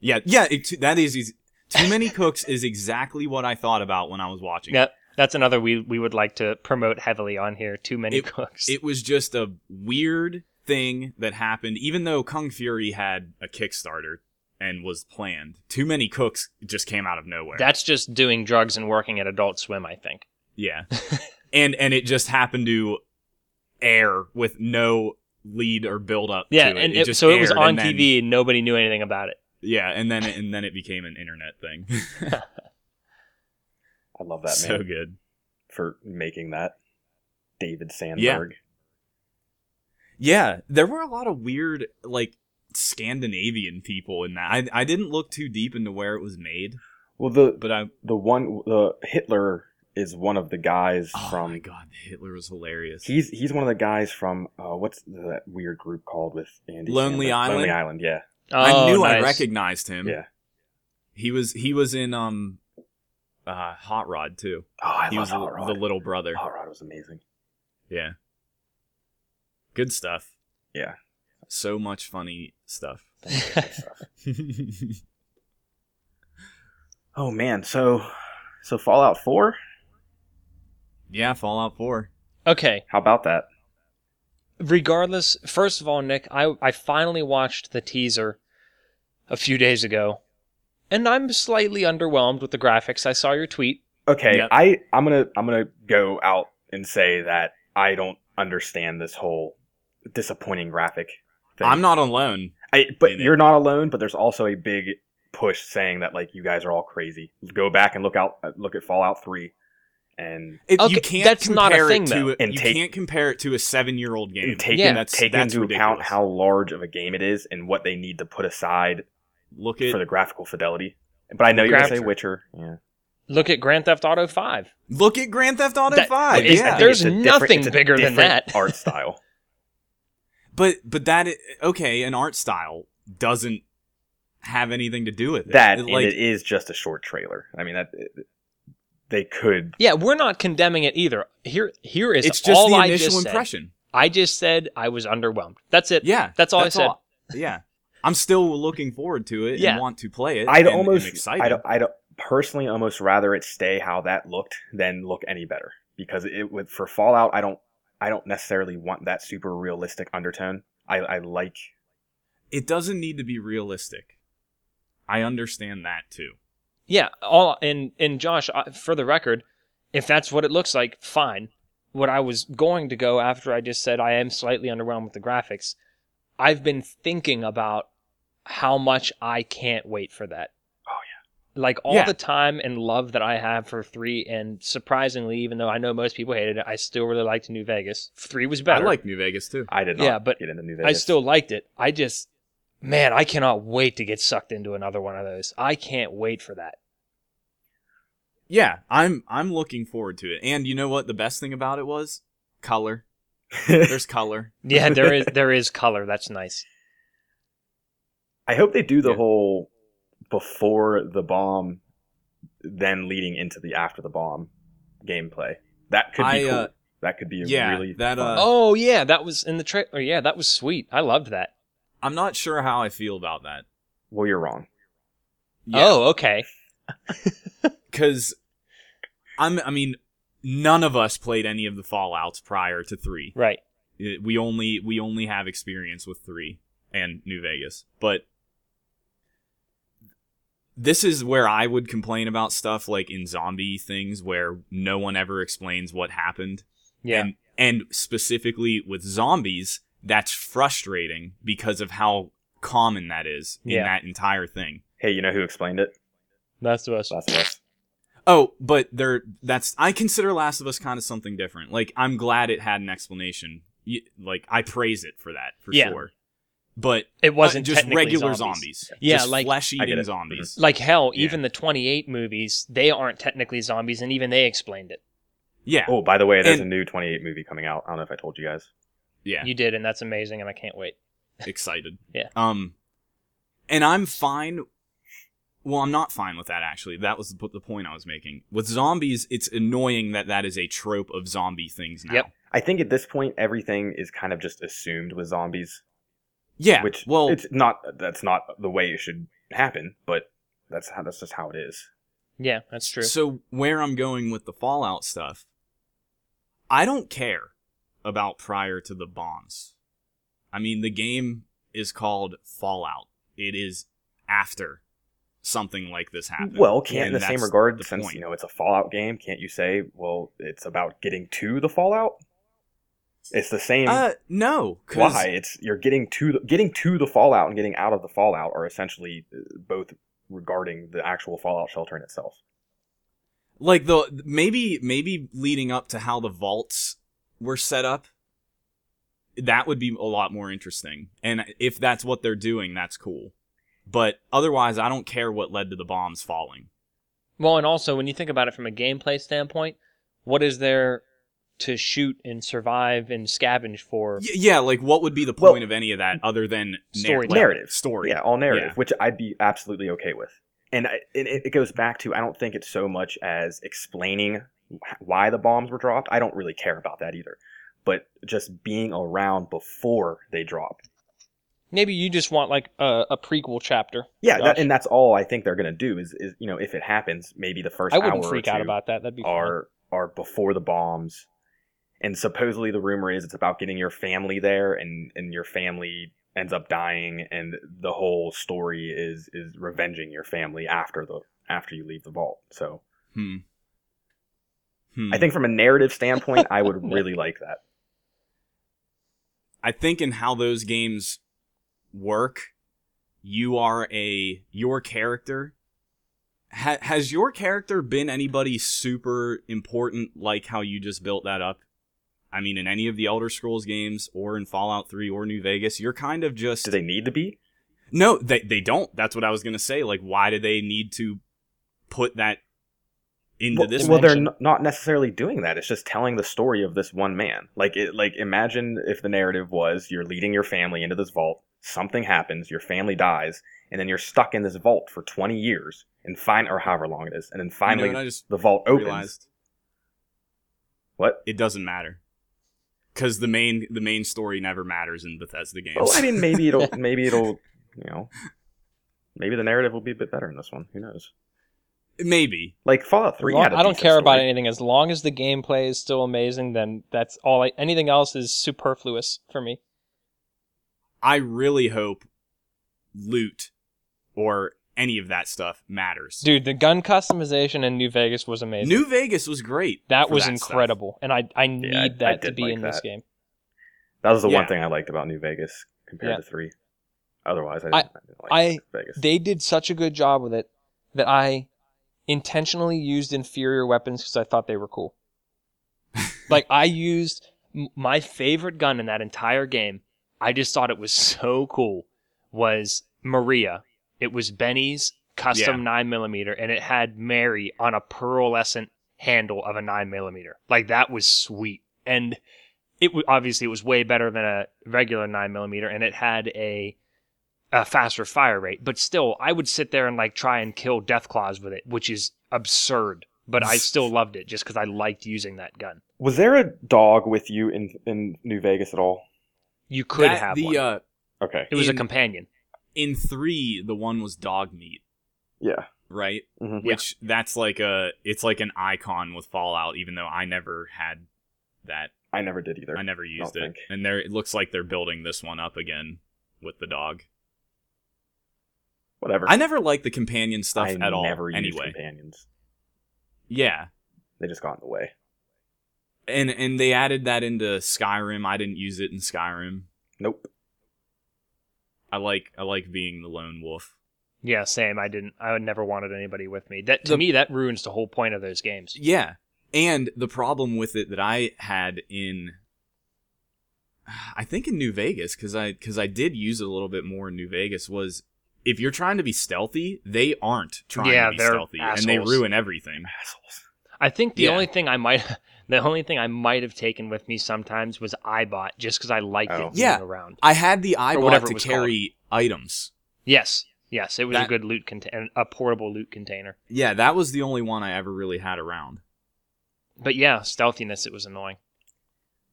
Speaker 2: Yeah, yeah. It, too- that is, is too many cooks is exactly what I thought about when I was watching.
Speaker 1: Yep. That's another we we would like to promote heavily on here. Too many cooks.
Speaker 2: It was just a weird thing that happened. Even though Kung Fury had a Kickstarter and was planned, too many cooks just came out of nowhere.
Speaker 1: That's just doing drugs and working at Adult Swim, I think.
Speaker 2: Yeah. and and it just happened to air with no lead or build up.
Speaker 1: Yeah,
Speaker 2: to it.
Speaker 1: and
Speaker 2: It
Speaker 1: it-
Speaker 2: just
Speaker 1: so it was
Speaker 2: aired,
Speaker 1: on
Speaker 2: and then-
Speaker 1: TV and nobody knew anything about it.
Speaker 2: Yeah, and then it, and then it became an internet thing.
Speaker 3: I love that
Speaker 2: so
Speaker 3: man
Speaker 2: good.
Speaker 3: for making that. David Sandberg.
Speaker 2: Yeah, there were a lot of weird like Scandinavian people in that. I I didn't look too deep into where it was made,
Speaker 3: Well, the
Speaker 2: but I
Speaker 3: the one the Hitler is one of the guys
Speaker 2: oh
Speaker 3: from.
Speaker 2: my god, Hitler was hilarious.
Speaker 3: He's he's one of the guys from uh, what's that weird group called with Andy?
Speaker 2: Lonely
Speaker 3: Samberg?
Speaker 2: Island?
Speaker 3: Lonely Island. Yeah.
Speaker 2: I
Speaker 1: Oh,
Speaker 2: knew I
Speaker 1: nice.
Speaker 2: recognized him.
Speaker 3: Yeah.
Speaker 2: He was he was in um uh Hot Rod too.
Speaker 3: Oh, I
Speaker 2: he
Speaker 3: love
Speaker 2: was the,
Speaker 3: Hot Rod.
Speaker 2: the little brother.
Speaker 3: Hot Rod was amazing.
Speaker 2: Yeah. Good stuff.
Speaker 3: Yeah.
Speaker 2: So much funny stuff.
Speaker 3: oh man, so so Fallout Four.
Speaker 2: yeah, Fallout 4.
Speaker 1: Okay.
Speaker 3: How about that?
Speaker 1: regardless, first of all, Nick, I I finally watched the teaser a few days ago, and I'm slightly underwhelmed with the graphics. I saw your tweet.
Speaker 3: Okay,
Speaker 2: Yep.
Speaker 3: I I'm gonna I'm gonna go out and say that I don't understand this whole disappointing graphic. Thing.
Speaker 2: I'm not alone.
Speaker 3: I, but
Speaker 2: in it.
Speaker 3: you're not alone. But there's also a big push saying that like you guys are all crazy. Go back and look out, uh, look at Fallout Three, and
Speaker 2: It,
Speaker 1: Okay,
Speaker 2: you can't
Speaker 1: that's
Speaker 2: compare
Speaker 1: not a thing,
Speaker 2: it
Speaker 1: though.
Speaker 2: to a-
Speaker 3: And
Speaker 2: you
Speaker 3: take-
Speaker 2: can't compare it to a 7-year-old game.
Speaker 3: and take,
Speaker 1: Yeah.
Speaker 2: that's
Speaker 3: take
Speaker 2: that's
Speaker 3: into account
Speaker 2: ridiculous.
Speaker 3: how large of a game it is and what they need to put aside
Speaker 2: look at
Speaker 3: for the graphical fidelity. But I know
Speaker 1: The
Speaker 3: you're gonna say
Speaker 1: graphics-
Speaker 3: Witcher. Yeah.
Speaker 1: Look at Grand Theft Auto Five.
Speaker 2: look at Grand Theft Auto
Speaker 1: That-
Speaker 2: 5.
Speaker 1: is-
Speaker 2: yeah.
Speaker 3: I think
Speaker 1: there's
Speaker 3: it's a different-
Speaker 1: nothing
Speaker 3: it's a
Speaker 1: bigger than
Speaker 3: different
Speaker 1: that.
Speaker 3: art style.
Speaker 2: But but that i- okay, an art style doesn't have anything to do with it.
Speaker 3: That
Speaker 2: It,
Speaker 3: and
Speaker 2: like
Speaker 3: it is just a short trailer. I mean that they could.
Speaker 1: Yeah, we're not condemning it either. Here, here is
Speaker 2: it's just
Speaker 1: all
Speaker 2: the
Speaker 1: I
Speaker 2: initial
Speaker 1: just
Speaker 2: impression.
Speaker 1: said. I just said I was underwhelmed. That's it.
Speaker 2: Yeah.
Speaker 1: That's all I said.
Speaker 2: yeah. I'm still looking forward to it
Speaker 1: Yeah.
Speaker 2: and want to play it.
Speaker 3: I'd
Speaker 2: and am
Speaker 3: almost.
Speaker 2: excited.
Speaker 3: I'd, I'd personally almost rather it stay how that looked than look any better because it would for Fallout. I don't. I don't necessarily want that super realistic undertone. I, I like.
Speaker 2: it doesn't need to be realistic. I understand that too.
Speaker 1: Yeah. All and and Josh, I, for the record, if that's what it looks like, fine. What I was going to go after I just said I am slightly underwhelmed with the graphics. I've been thinking about how much I can't wait for that.
Speaker 3: Oh,
Speaker 1: yeah. Like all
Speaker 2: Yeah.
Speaker 1: the time and love that I have for three, and surprisingly, even though I know most people hated it, I still really liked New Vegas. Three was better.
Speaker 2: I like New Vegas too.
Speaker 3: I did not.
Speaker 1: Yeah, but
Speaker 3: get into New
Speaker 1: I
Speaker 3: Vegas.
Speaker 1: still liked it. I just, man, I cannot wait to get sucked into another one of those. I can't wait for that.
Speaker 2: Yeah, I'm I'm looking forward to it. And you know what the best thing about it was? Color. There's color.
Speaker 1: Yeah, there is there is color. That's nice.
Speaker 3: I hope they do the
Speaker 2: Yeah.
Speaker 3: whole before the bomb, then leading into the after the bomb gameplay. That could be
Speaker 2: I,
Speaker 3: cool.
Speaker 2: uh,
Speaker 3: that could be a
Speaker 2: yeah,
Speaker 3: really
Speaker 2: that,
Speaker 3: fun-
Speaker 2: uh,
Speaker 1: Oh yeah, that was in the trailer. Yeah, that was sweet. I loved that.
Speaker 2: I'm not sure how I feel about that.
Speaker 3: well, you're wrong.
Speaker 1: Oh, okay.
Speaker 2: Cuz I'm I mean none of us played any of the Fallouts prior to 3.
Speaker 1: Right.
Speaker 2: it- we only we only have experience with three and New Vegas, but this is where I would complain about stuff like in zombie things where no one ever explains what happened,
Speaker 1: Yeah.
Speaker 2: and and specifically with zombies, that's frustrating because of how common that is in
Speaker 1: Yeah.
Speaker 2: that entire thing.
Speaker 3: Hey, you know who explained it?
Speaker 1: Last of Us.
Speaker 2: uh,
Speaker 3: Last of Us.
Speaker 2: Oh, but there that's I consider Last of Us kind of something different. Like I'm glad it had an explanation. You- Like I praise it for that for
Speaker 1: Yeah.
Speaker 2: sure. But
Speaker 1: It wasn't
Speaker 2: Uh, just
Speaker 1: technically
Speaker 2: regular
Speaker 1: zombies.
Speaker 2: zombies.
Speaker 1: Yeah,
Speaker 2: Just
Speaker 1: like-
Speaker 3: I get
Speaker 2: flesh-eating
Speaker 3: it.
Speaker 2: zombies.
Speaker 1: Mm-hmm. Like hell,
Speaker 2: Yeah.
Speaker 1: even the 28 movies, they aren't technically zombies, and even they explained it.
Speaker 2: Yeah,
Speaker 3: Oh, by the way, there's
Speaker 2: And-
Speaker 3: a new 28 movie coming out. I don't know if I told you guys.
Speaker 2: yeah.
Speaker 1: You did, and that's amazing, and I can't wait.
Speaker 2: Um, Excited.
Speaker 1: Yeah.
Speaker 2: Um, and I'm fine well, I'm not fine with that actually. That was the the point I was making. With zombies, it's annoying that that is a trope of zombie things now.
Speaker 1: Yep.
Speaker 3: I think at this point everything is kind of just assumed with zombies,
Speaker 2: Yeah.
Speaker 3: which
Speaker 2: well,
Speaker 3: it's not. That's not the way it should happen, but that's how that's just how it is.
Speaker 1: Yeah, that's true.
Speaker 2: So where I'm going with the Fallout stuff, I don't care about prior to the bombs. I mean, the game is called Fallout. It is after something like this happened.
Speaker 3: Well, can't in
Speaker 2: And
Speaker 3: the same
Speaker 2: that's
Speaker 3: regard,
Speaker 2: the
Speaker 3: since
Speaker 2: point.
Speaker 3: you know it's a Fallout game, can't you say, well, it's about getting to the Fallout? It's the same.
Speaker 2: Uh, no. 'cause-
Speaker 3: why? It's you're getting to the, getting to the Fallout and getting out of the Fallout are essentially uh, both regarding the actual Fallout shelter in itself.
Speaker 2: Like the maybe maybe leading up to how the vaults were set up. That would be a lot more interesting. And if that's what they're doing, that's cool. But otherwise, I don't care what led to the bombs falling.
Speaker 1: Well, and also when you think about it from a gameplay standpoint, what is there to shoot and survive and scavenge for?
Speaker 2: Y- yeah, like what would be the
Speaker 3: Well-
Speaker 2: point of any of that other than
Speaker 1: Story.
Speaker 2: narrative?
Speaker 3: Narrative.
Speaker 2: Story.
Speaker 3: Yeah, all narrative,
Speaker 2: Yeah.
Speaker 3: which I'd be absolutely okay with. And I, and it, it goes back to I don't think it's so much as explaining wh- why the bombs were dropped. I don't really care about that either. But just being around before they drop.
Speaker 1: Maybe you just want like a, a prequel chapter.
Speaker 3: Yeah, that,
Speaker 1: Gosh.
Speaker 3: and that's all I think they're gonna do is, is you know if it happens, maybe the first
Speaker 1: I
Speaker 3: hour
Speaker 1: wouldn't
Speaker 3: or
Speaker 1: freak out
Speaker 3: two
Speaker 1: about that. That'd be fun.
Speaker 3: are are before the bombs, and supposedly the rumor is it's about getting your family there, and and your family ends up dying, and the whole story is is revenging your family after the after you leave the vault. So
Speaker 2: Hmm. Hmm.
Speaker 3: I think from a narrative standpoint, I would really like that.
Speaker 2: I think in how those games work, you are a your character. Ha- has your character been anybody super important like how you just built that up? I mean, in any of the Elder Scrolls games or in Fallout 3 or New Vegas, you're kind of just
Speaker 3: Do they need to be?
Speaker 2: No, they they don't. That's what I was gonna say. Like, why do they need to put that into
Speaker 3: Well,
Speaker 2: this?
Speaker 3: well, they're
Speaker 2: mention?
Speaker 3: n- not necessarily doing that. It's just telling the story of this one man. Like, it, like imagine if the narrative was you're leading your family into this vault, something happens, your family dies, and then you're stuck in this vault for 20 years, and fine or however long it is, and then
Speaker 2: You know
Speaker 3: finally
Speaker 2: what I just
Speaker 3: the vault opens.
Speaker 2: realized
Speaker 3: What?
Speaker 2: it doesn't matter because the main the main story never matters in Bethesda games.
Speaker 3: Well, Oh, I mean, maybe it'll, maybe it'll, you know, maybe the narrative will be a bit better in this one. Who knows?
Speaker 2: Maybe.
Speaker 3: Like Fallout 3.
Speaker 1: Long-
Speaker 3: had a
Speaker 1: I don't
Speaker 3: decent
Speaker 1: care about
Speaker 3: story.
Speaker 1: anything as long as the gameplay is still amazing. Then that's all. I, anything else is superfluous for me.
Speaker 2: I really hope loot or any of that stuff matters.
Speaker 1: Dude, the gun customization in New Vegas was amazing.
Speaker 2: New Vegas was great.
Speaker 1: that
Speaker 2: for
Speaker 1: was
Speaker 2: stuff.
Speaker 1: incredible, and I I need
Speaker 3: I- I
Speaker 1: that to
Speaker 3: did
Speaker 1: be
Speaker 3: like
Speaker 1: in this
Speaker 3: that.
Speaker 1: game.
Speaker 3: That was the one
Speaker 2: Yeah.
Speaker 3: thing I liked about New Vegas compared
Speaker 1: Yeah.
Speaker 3: to 3. Otherwise, I didn't,
Speaker 1: I-
Speaker 3: didn't like
Speaker 1: I-
Speaker 3: New Vegas.
Speaker 1: They did such a good job with it that I intentionally used inferior weapons because I thought they were cool. like I used m- my favorite gun in that entire game. I just thought it was so cool. Was Maria? It was Benny's custom nine millimeter, and it had Mary on a pearlescent handle of a nine millimeter. Like that was sweet, and it w- obviously it was way better than a regular nine millimeter, and it had a a faster fire rate. But still, I would sit there and like try and kill death claws with it, which is absurd. But I still loved it just because I liked using that gun.
Speaker 3: Was there a dog with you in in New Vegas at all?
Speaker 1: You could
Speaker 2: That-
Speaker 1: have
Speaker 2: the
Speaker 1: one.
Speaker 2: uh
Speaker 3: Okay.
Speaker 1: it was a
Speaker 2: in-
Speaker 1: companion.
Speaker 2: in 3 the one was dog meat,
Speaker 3: Yeah.
Speaker 2: right?
Speaker 3: hmm
Speaker 1: Yeah.
Speaker 2: which that's like a it's like an icon with Fallout, even though I never had that.
Speaker 3: I never did either.
Speaker 2: I never used it,
Speaker 3: think.
Speaker 2: and there it looks like they're building this one up again with the dog.
Speaker 3: Whatever.
Speaker 2: I never liked the companion stuff
Speaker 3: I
Speaker 2: at all.
Speaker 3: never used
Speaker 2: anyway,
Speaker 3: companions.
Speaker 2: yeah,
Speaker 3: They just got in the way.
Speaker 2: and and they added that into Skyrim. I didn't use it in Skyrim.
Speaker 3: Nope.
Speaker 2: I like I like being the lone wolf.
Speaker 1: Yeah, same. I didn't. I would never wanted anybody with me. That to
Speaker 2: The-
Speaker 1: me that ruins the whole point of those games.
Speaker 2: Yeah. And the problem with it that I had in I think in New Vegas cuz I cuz I did use it a little bit more in New Vegas was if you're trying to be stealthy, they aren't trying
Speaker 1: Yeah,
Speaker 2: to be
Speaker 1: they're
Speaker 2: stealthy and they
Speaker 1: assholes.
Speaker 2: ruin everything.
Speaker 3: Assholes.
Speaker 1: I think the
Speaker 2: Yeah.
Speaker 1: only thing I might, the only thing I might have taken with me sometimes was iBot, just because I liked
Speaker 3: Oh.
Speaker 1: it being
Speaker 2: Yeah.
Speaker 1: around.
Speaker 2: I had the eyeball
Speaker 1: whatever it
Speaker 2: to
Speaker 1: was
Speaker 2: carry items.
Speaker 1: Yes. Yes, it was a
Speaker 2: That-
Speaker 1: good loot contain a portable loot container.
Speaker 2: Yeah, that was the only one I ever really had around.
Speaker 1: But yeah, stealthiness it was annoying.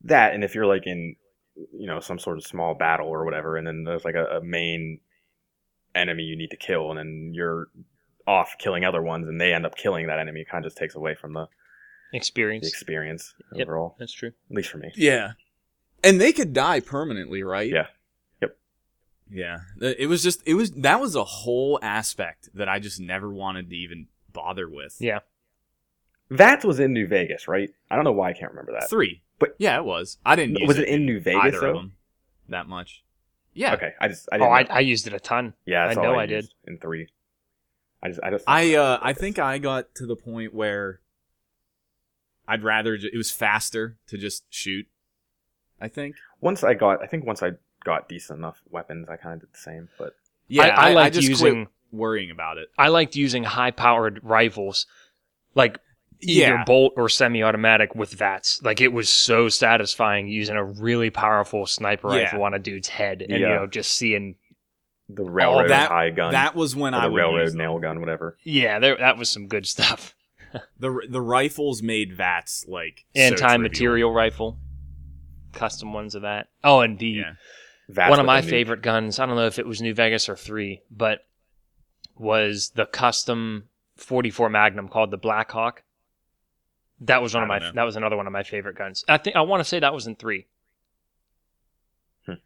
Speaker 3: that and if you're like in you know some sort of small battle or whatever and then there's like a, a main enemy you need to kill and then you're off killing other ones and they end up killing that enemy it kind of just takes away from the, the
Speaker 1: Experience.
Speaker 3: experience
Speaker 1: Yep.
Speaker 3: overall
Speaker 1: That's true.
Speaker 3: at least for me
Speaker 2: Yeah. And they could die permanently, right?
Speaker 3: Yeah. Yep.
Speaker 2: Yeah. Th- It was just it was that was a whole aspect that I just never wanted to even bother with.
Speaker 1: Yeah.
Speaker 3: that was in new vegas right i don't know why i can't remember that
Speaker 2: Three.
Speaker 3: But-
Speaker 2: yeah, it was. I didn't use
Speaker 3: was it in new vegas
Speaker 2: either
Speaker 3: though?
Speaker 2: of them that much. Yeah.
Speaker 3: okay i just i
Speaker 1: oh,
Speaker 3: didn't
Speaker 1: I, I
Speaker 3: know.
Speaker 1: used it a ton.
Speaker 3: yeah that's
Speaker 1: I
Speaker 3: all
Speaker 1: know I did.
Speaker 3: used in three i just i just
Speaker 2: I uh I think I got to the point where I'd rather ju- it was faster to just shoot. I think.
Speaker 3: once i got i think once i got decent enough weapons i kind of did the same but
Speaker 2: Yeah,
Speaker 1: I, I
Speaker 2: I
Speaker 1: liked
Speaker 2: just quit
Speaker 1: using
Speaker 2: worrying about it.
Speaker 1: I liked using high powered rifles, like either bolt or semi automatic with VATS. Like it was so satisfying using a really powerful sniper
Speaker 2: Yeah.
Speaker 1: rifle on a dude's head and you
Speaker 3: Yeah.
Speaker 1: know, just seeing
Speaker 3: the railroad
Speaker 2: Oh, that-
Speaker 3: high gun
Speaker 2: That was when
Speaker 3: or
Speaker 2: I
Speaker 3: the
Speaker 2: would
Speaker 3: railroad
Speaker 2: use them.
Speaker 3: nail gun whatever
Speaker 1: Yeah, there, that was some good stuff.
Speaker 2: the the rifles made vats like so
Speaker 1: Anti
Speaker 2: trivial.
Speaker 1: material rifle. Custom ones of that. Oh, and the
Speaker 2: Yeah.
Speaker 3: That's
Speaker 1: one of
Speaker 3: what
Speaker 1: my
Speaker 3: the new-
Speaker 1: favorite guns. I don't know if it was New Vegas or three, but was the custom 44 Magnum called the Black Hawk. That was one
Speaker 2: I
Speaker 1: of my
Speaker 2: don't know.
Speaker 1: that was another one of my favorite guns. I think I want to say that was in three.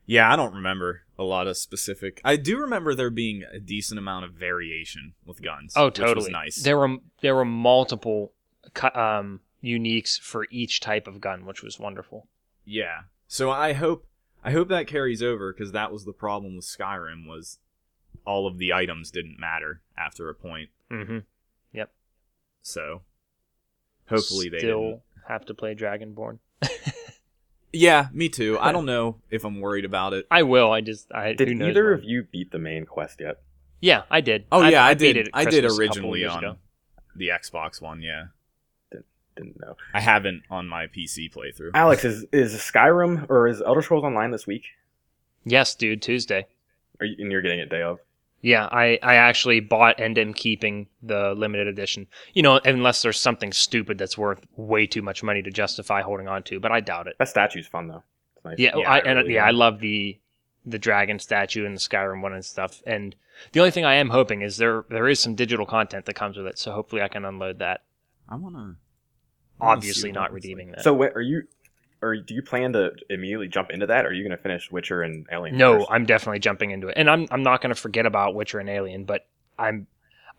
Speaker 2: Yeah, I don't remember a lot of specific. I do remember there being a decent amount of variation with guns.
Speaker 1: Oh,
Speaker 2: which was
Speaker 1: totally.
Speaker 2: nice.
Speaker 1: There were there were multiple cu- um, uniques for each type of gun, which was wonderful.
Speaker 2: yeah. So I hope I hope that carries over because that was the problem with Skyrim was all of the items didn't matter after a point.
Speaker 1: Mm-hmm.
Speaker 2: So hopefully they
Speaker 1: still
Speaker 2: didn't.
Speaker 1: have to play Dragonborn.
Speaker 2: Yeah, me too. I don't know if I'm worried about it.
Speaker 1: I will. I just I
Speaker 3: Did
Speaker 1: who knows
Speaker 3: either
Speaker 1: when.
Speaker 3: of you beat the main quest yet?
Speaker 1: Yeah, I did.
Speaker 2: Oh yeah, I,
Speaker 1: beat
Speaker 2: did.
Speaker 1: it at
Speaker 2: I
Speaker 1: Christmas
Speaker 2: did
Speaker 1: a couple
Speaker 2: originally
Speaker 1: years
Speaker 2: on
Speaker 1: ago.
Speaker 2: the Xbox One. Yeah,
Speaker 3: Didn't know.
Speaker 2: I haven't on my PC playthrough.
Speaker 3: Alex, is is Skyrim or is Elder Scrolls Online this week?
Speaker 1: Yes, dude. Tuesday.
Speaker 3: Are you, and you're getting it day of?
Speaker 1: Yeah, I, I actually bought and am keeping the limited edition. You know, unless there's something stupid that's worth way too much money to justify holding on to, but I doubt it.
Speaker 3: That statue's fun though. It's nice.
Speaker 1: Yeah,
Speaker 2: Yeah,
Speaker 1: I,
Speaker 2: I
Speaker 1: and
Speaker 2: really
Speaker 1: yeah, I
Speaker 2: am.
Speaker 1: love the the dragon statue and the Skyrim one and stuff. And the only thing I am hoping is there there is some digital content that comes with it, so hopefully I can unload that.
Speaker 2: I wanna. I wanna see
Speaker 1: Obviously,
Speaker 2: what
Speaker 1: not
Speaker 2: that looks
Speaker 1: redeeming that.
Speaker 3: So wh- are you? Or do you plan to immediately jump into that? Or are you going to finish Witcher and Alien?
Speaker 1: No,
Speaker 3: first?
Speaker 1: I'm definitely jumping into it, and I'm I'm not going to forget about Witcher and Alien, but I'm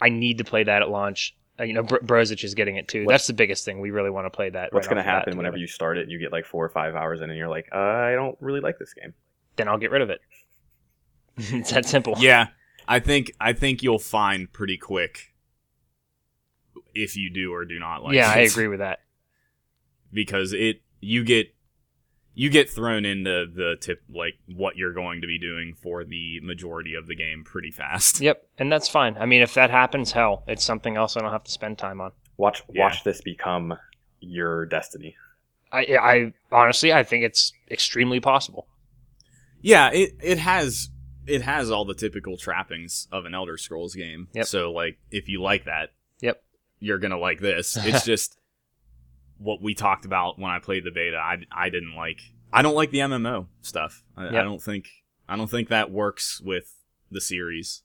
Speaker 1: I need to play that at launch. Uh, you know, Bro- Brozic is getting it too.
Speaker 3: What-
Speaker 1: That's the biggest thing. We really want to play that.
Speaker 3: What's
Speaker 1: right
Speaker 3: going
Speaker 1: off
Speaker 3: to
Speaker 1: the bat
Speaker 3: happen whenever
Speaker 1: together.
Speaker 3: you start it and you get like four or five hours in and you're like, uh, I don't really like this game.
Speaker 1: Then I'll get rid of it. it's that simple.
Speaker 2: Yeah, I think I think you'll find pretty quick if you do or do not like.
Speaker 1: yeah, I
Speaker 2: it.
Speaker 1: agree with that.
Speaker 2: because it you get you get thrown into the tip like what you're going to be doing for the majority of the game pretty fast.
Speaker 1: Yep, and that's fine. I mean, if that happens, hell, it's something else I don't have to spend time on.
Speaker 3: Watch,
Speaker 2: Yeah.
Speaker 3: watch this become your destiny.
Speaker 1: I, I honestly, I think it's extremely possible.
Speaker 2: Yeah, it it has it has all the typical trappings of an Elder Scrolls game.
Speaker 1: Yep.
Speaker 2: So like if you like that,
Speaker 1: Yep.
Speaker 2: you're gonna like this. It's just what we talked about when I played the beta. I I didn't like. I don't like the MMO stuff. I, I
Speaker 1: Yep.
Speaker 2: don't think I don't think that works with the series.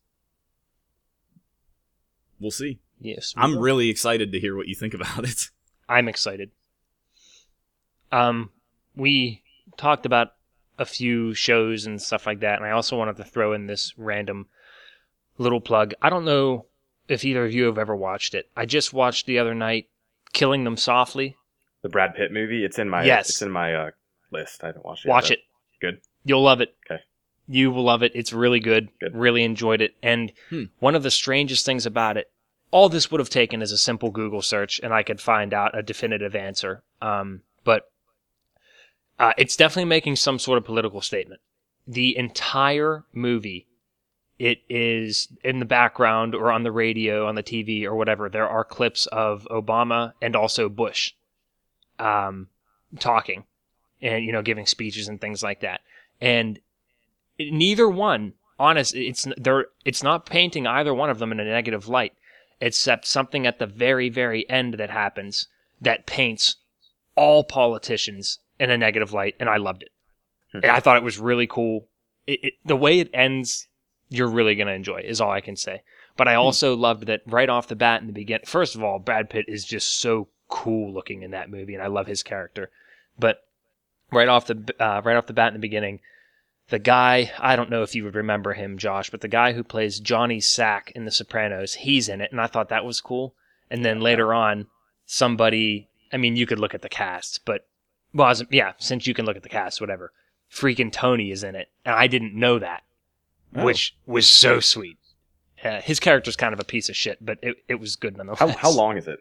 Speaker 2: We'll see.
Speaker 1: Yes,
Speaker 2: I'm really excited to hear what you think about it.
Speaker 1: I'm excited. Um, we talked about a few shows and stuff like that, and I also wanted to throw in this random little plug. I don't know if either of you have ever watched it. I just watched the other night "Killing Them Softly."
Speaker 3: The Brad Pitt movie. It's in my.
Speaker 1: Yes.
Speaker 3: It's in my uh, list. I haven't watched it.
Speaker 1: Watch
Speaker 3: yet,
Speaker 1: it.
Speaker 3: Good.
Speaker 1: You'll love it.
Speaker 3: Okay.
Speaker 1: You will love it. It's really good.
Speaker 3: Good.
Speaker 1: Really enjoyed it. And
Speaker 2: Hmm.
Speaker 1: one of the strangest things about it, all this would have taken is a simple Google search, and I could find out a definitive answer. Um, but uh, it's definitely making some sort of political statement. The entire movie, it is in the background or on the radio, on the TV or whatever. There are clips of Obama and also Bush um, talking and you know giving speeches and things like that and neither one honest, it's they're it's not painting either one of them in a negative light, except something at the very very end that happens that paints all politicians in a negative light, and I loved it. And I thought it was really cool. It, it, the way it ends, you're really gonna enjoy. Is all I can say. But I also loved that right off the bat in the beginning. First of all, Brad Pitt is just so cool looking in that movie, and I love his character. But right off the uh, right off the bat in the beginning, the guy I don't know if you would remember him, Josh, but the guy who plays Johnny Sack in The Sopranos, he's in it, and I thought that was cool. And then later on, somebody I mean, you could look at the cast, but well, yeah, since you can look at the cast, whatever. Freaking Tony is in it, and I didn't know that,
Speaker 2: Oh.
Speaker 1: which was so sweet. Uh, his character's kind of a piece of shit, but it, it was good nonetheless.
Speaker 3: How, how long is it?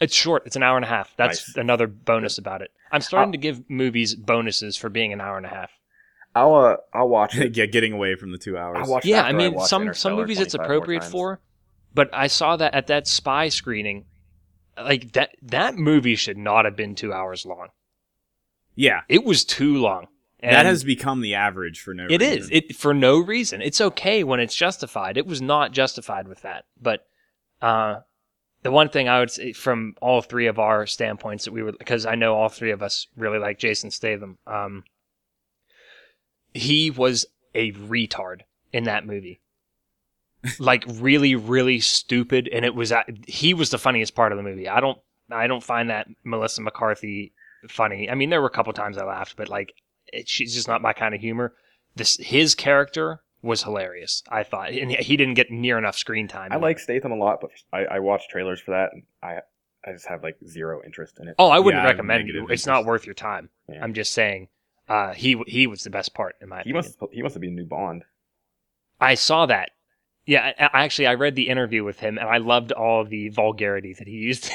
Speaker 1: It's short. It's an hour and a half. That's
Speaker 3: Nice. Uh,
Speaker 1: another bonus about it. I'm starting to give movies bonuses for being an hour and a half.
Speaker 3: I'll uh, I'll watch it.
Speaker 2: yeah, getting away from the two hours.
Speaker 3: I watched it
Speaker 1: yeah, I
Speaker 3: after
Speaker 1: mean,
Speaker 3: watched
Speaker 1: some some
Speaker 3: Interstellar
Speaker 1: movies it's
Speaker 3: 25 more
Speaker 1: appropriate
Speaker 3: times.
Speaker 1: for, but I saw that at that spy screening, like that that movie should not have been two hours long.
Speaker 2: yeah,
Speaker 1: It was too long. And
Speaker 2: that has become the average for no.
Speaker 1: it
Speaker 2: reason.
Speaker 1: is it for no reason. It's okay when it's justified. It was not justified with that, but uh, the one thing I would say from all three of our standpoints that we were because I know all three of us really like Jason Statham. Um, he was a retard in that movie. like really really stupid and it was uh, he was the funniest part of the movie. I don't I don't find that Melissa McCarthy funny. I mean there were a couple times I laughed but like it, she's just not my kind of humor. This his character was hilarious. I thought and he didn't get near enough screen time.
Speaker 3: I like Statham a lot, but I, I watch trailers for that. And I I just have like zero interest in it.
Speaker 1: Oh, I wouldn't
Speaker 2: Yeah, I have
Speaker 1: recommend it.
Speaker 2: negative
Speaker 1: It's
Speaker 2: interest.
Speaker 1: not worth your time.
Speaker 3: Yeah.
Speaker 1: I'm just saying uh, he he was the best part in my
Speaker 3: he
Speaker 1: opinion.
Speaker 3: must he must have been new Bond.
Speaker 1: I saw that. Yeah, I, I actually I read the interview with him and I loved all the vulgarity that he used.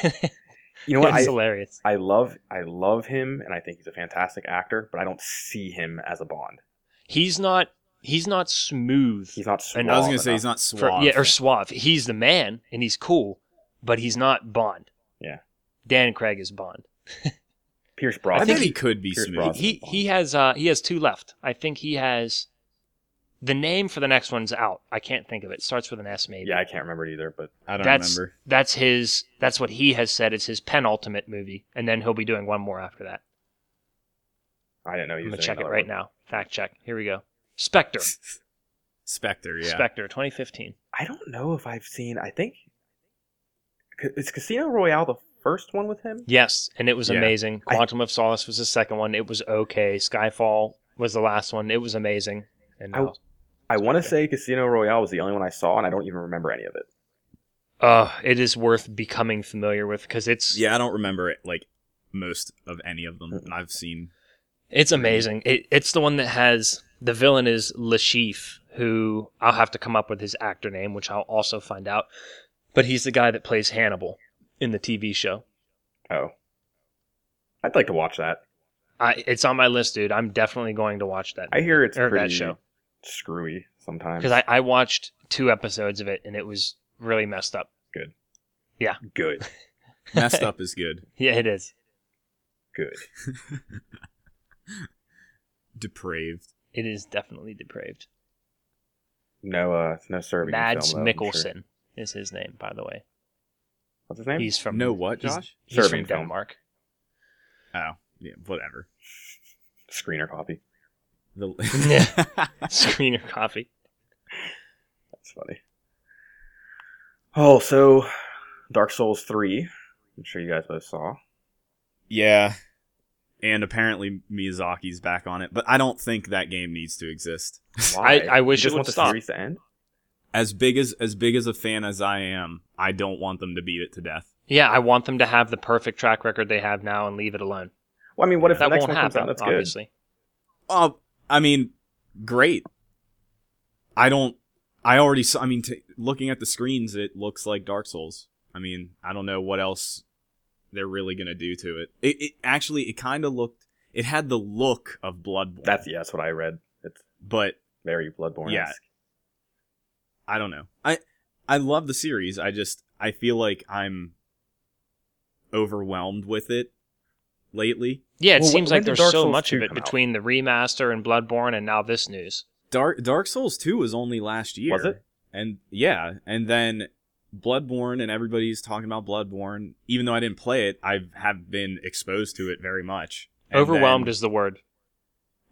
Speaker 3: You know what?
Speaker 1: it's
Speaker 3: I,
Speaker 1: hilarious.
Speaker 3: I love I love him, and I think he's a fantastic actor, but I don't see him as a Bond.
Speaker 1: He's not he's not smooth.
Speaker 3: He's not.
Speaker 1: And
Speaker 2: I was
Speaker 3: suave
Speaker 2: gonna say
Speaker 3: enough.
Speaker 2: he's not
Speaker 1: for-
Speaker 2: suave.
Speaker 1: yeah, or suave. He's the man and he's cool, but he's not Bond.
Speaker 3: Yeah.
Speaker 1: Dan Craig is Bond.
Speaker 3: Pierce
Speaker 2: I,
Speaker 3: Brosnan.
Speaker 2: think he could be
Speaker 3: Pierce
Speaker 2: smooth.
Speaker 3: Brosnan.
Speaker 1: He he has uh he has two left. I think he has the name for the next one's out. I can't think of it. Starts with an S maybe.
Speaker 3: yeah, I can't remember it either, but
Speaker 2: I don't
Speaker 1: that's
Speaker 2: remember.
Speaker 1: that's his that's what he has said is his penultimate movie, and then he'll be doing one more after that.
Speaker 3: I didn't know he
Speaker 1: I'm
Speaker 3: was
Speaker 1: gonna
Speaker 3: in
Speaker 1: check it
Speaker 3: another
Speaker 1: right
Speaker 3: one.
Speaker 1: now. Fact check. Here we go. Spectre.
Speaker 2: Spectre. Yeah.
Speaker 1: Spectre, 2015.
Speaker 3: I don't know if I've seen. I think C- is Casino Royale the first one with him.
Speaker 1: Yes, and it was
Speaker 2: Yeah.
Speaker 1: amazing.
Speaker 3: I-
Speaker 1: Quantum of Solace was the second one. It was okay. Skyfall was the last one. It was amazing. And
Speaker 3: I-
Speaker 1: now,
Speaker 3: I want to say Casino Royale was the only one I saw, and I don't even remember any of it.
Speaker 1: uh, it is worth becoming familiar with because it's
Speaker 2: Yeah, I don't remember it, like most of any of them I've seen.
Speaker 1: It's amazing. It, it's the one that has the villain is Lashif, who I'll have to come up with his actor name, which I'll also find out. But he's the guy that plays Hannibal in the TV show.
Speaker 3: Oh, I'd like to watch that.
Speaker 1: I, it's on my list, dude. I'm definitely going to watch that
Speaker 3: I hear it's
Speaker 1: Or that
Speaker 3: pretty
Speaker 1: show.
Speaker 3: screwy sometimes.
Speaker 1: because I, I watched two episodes of it and it was really messed up.
Speaker 3: good,
Speaker 2: Messed up is good.
Speaker 1: Yeah, it is.
Speaker 3: good.
Speaker 2: Depraved.
Speaker 1: It is definitely depraved.
Speaker 3: No, uh, no serving.
Speaker 1: Mads
Speaker 3: film, though, I'm sure.
Speaker 1: Mikkelsen is his name, by the way.
Speaker 3: What's his name?
Speaker 1: He's from
Speaker 2: no what,
Speaker 1: he's-
Speaker 2: Josh?
Speaker 1: He's from
Speaker 3: Serbian film.
Speaker 1: Denmark.
Speaker 2: Oh, yeah, whatever.
Speaker 3: Screener copy.
Speaker 2: The
Speaker 1: Screener copy.
Speaker 3: That's funny. Oh, so Dark Souls three. I'm sure you guys both saw.
Speaker 2: yeah. And apparently Miyazaki's back on it, but I don't think that game needs to exist.
Speaker 3: Why?
Speaker 1: I wish
Speaker 3: You
Speaker 1: it
Speaker 3: just
Speaker 1: would
Speaker 3: want the
Speaker 1: stop.
Speaker 3: series to end.
Speaker 2: As big as as big as a fan as I am, I don't want them to beat it to death.
Speaker 1: Yeah, I want them to have the perfect track record they have now and leave it alone.
Speaker 3: Well, I mean, what if
Speaker 1: that
Speaker 3: the next
Speaker 1: won't
Speaker 3: one comes
Speaker 1: happen,
Speaker 3: out? That's
Speaker 1: obviously.
Speaker 2: Oh, I mean, great. I don't. I already saw. I mean, t- looking at the screens, it looks like Dark Souls. I mean, I don't know what else they're really gonna do to it. It, it actually, it kind of looked. It had the look of Bloodborne.
Speaker 3: good. That's yeah, that's what I read. It's
Speaker 2: But
Speaker 3: very Bloodborne.
Speaker 2: Yeah. I don't know. I I love the series. I just I feel like I'm overwhelmed with it lately.
Speaker 1: Yeah, it
Speaker 3: Well, wh-
Speaker 1: seems
Speaker 3: when
Speaker 1: like
Speaker 3: did
Speaker 1: there's
Speaker 3: Dark
Speaker 1: so
Speaker 3: Souls
Speaker 1: much
Speaker 3: 2
Speaker 1: of it
Speaker 3: come out?
Speaker 1: between the remaster and Bloodborne and now this news.
Speaker 2: Dark Dark Souls 2 was only last year.
Speaker 3: Was it?
Speaker 2: And yeah, and then Bloodborne and everybody's talking about Bloodborne. Even though I didn't play it, I have been exposed to it very much. And
Speaker 1: Overwhelmed
Speaker 2: then-
Speaker 1: is the word.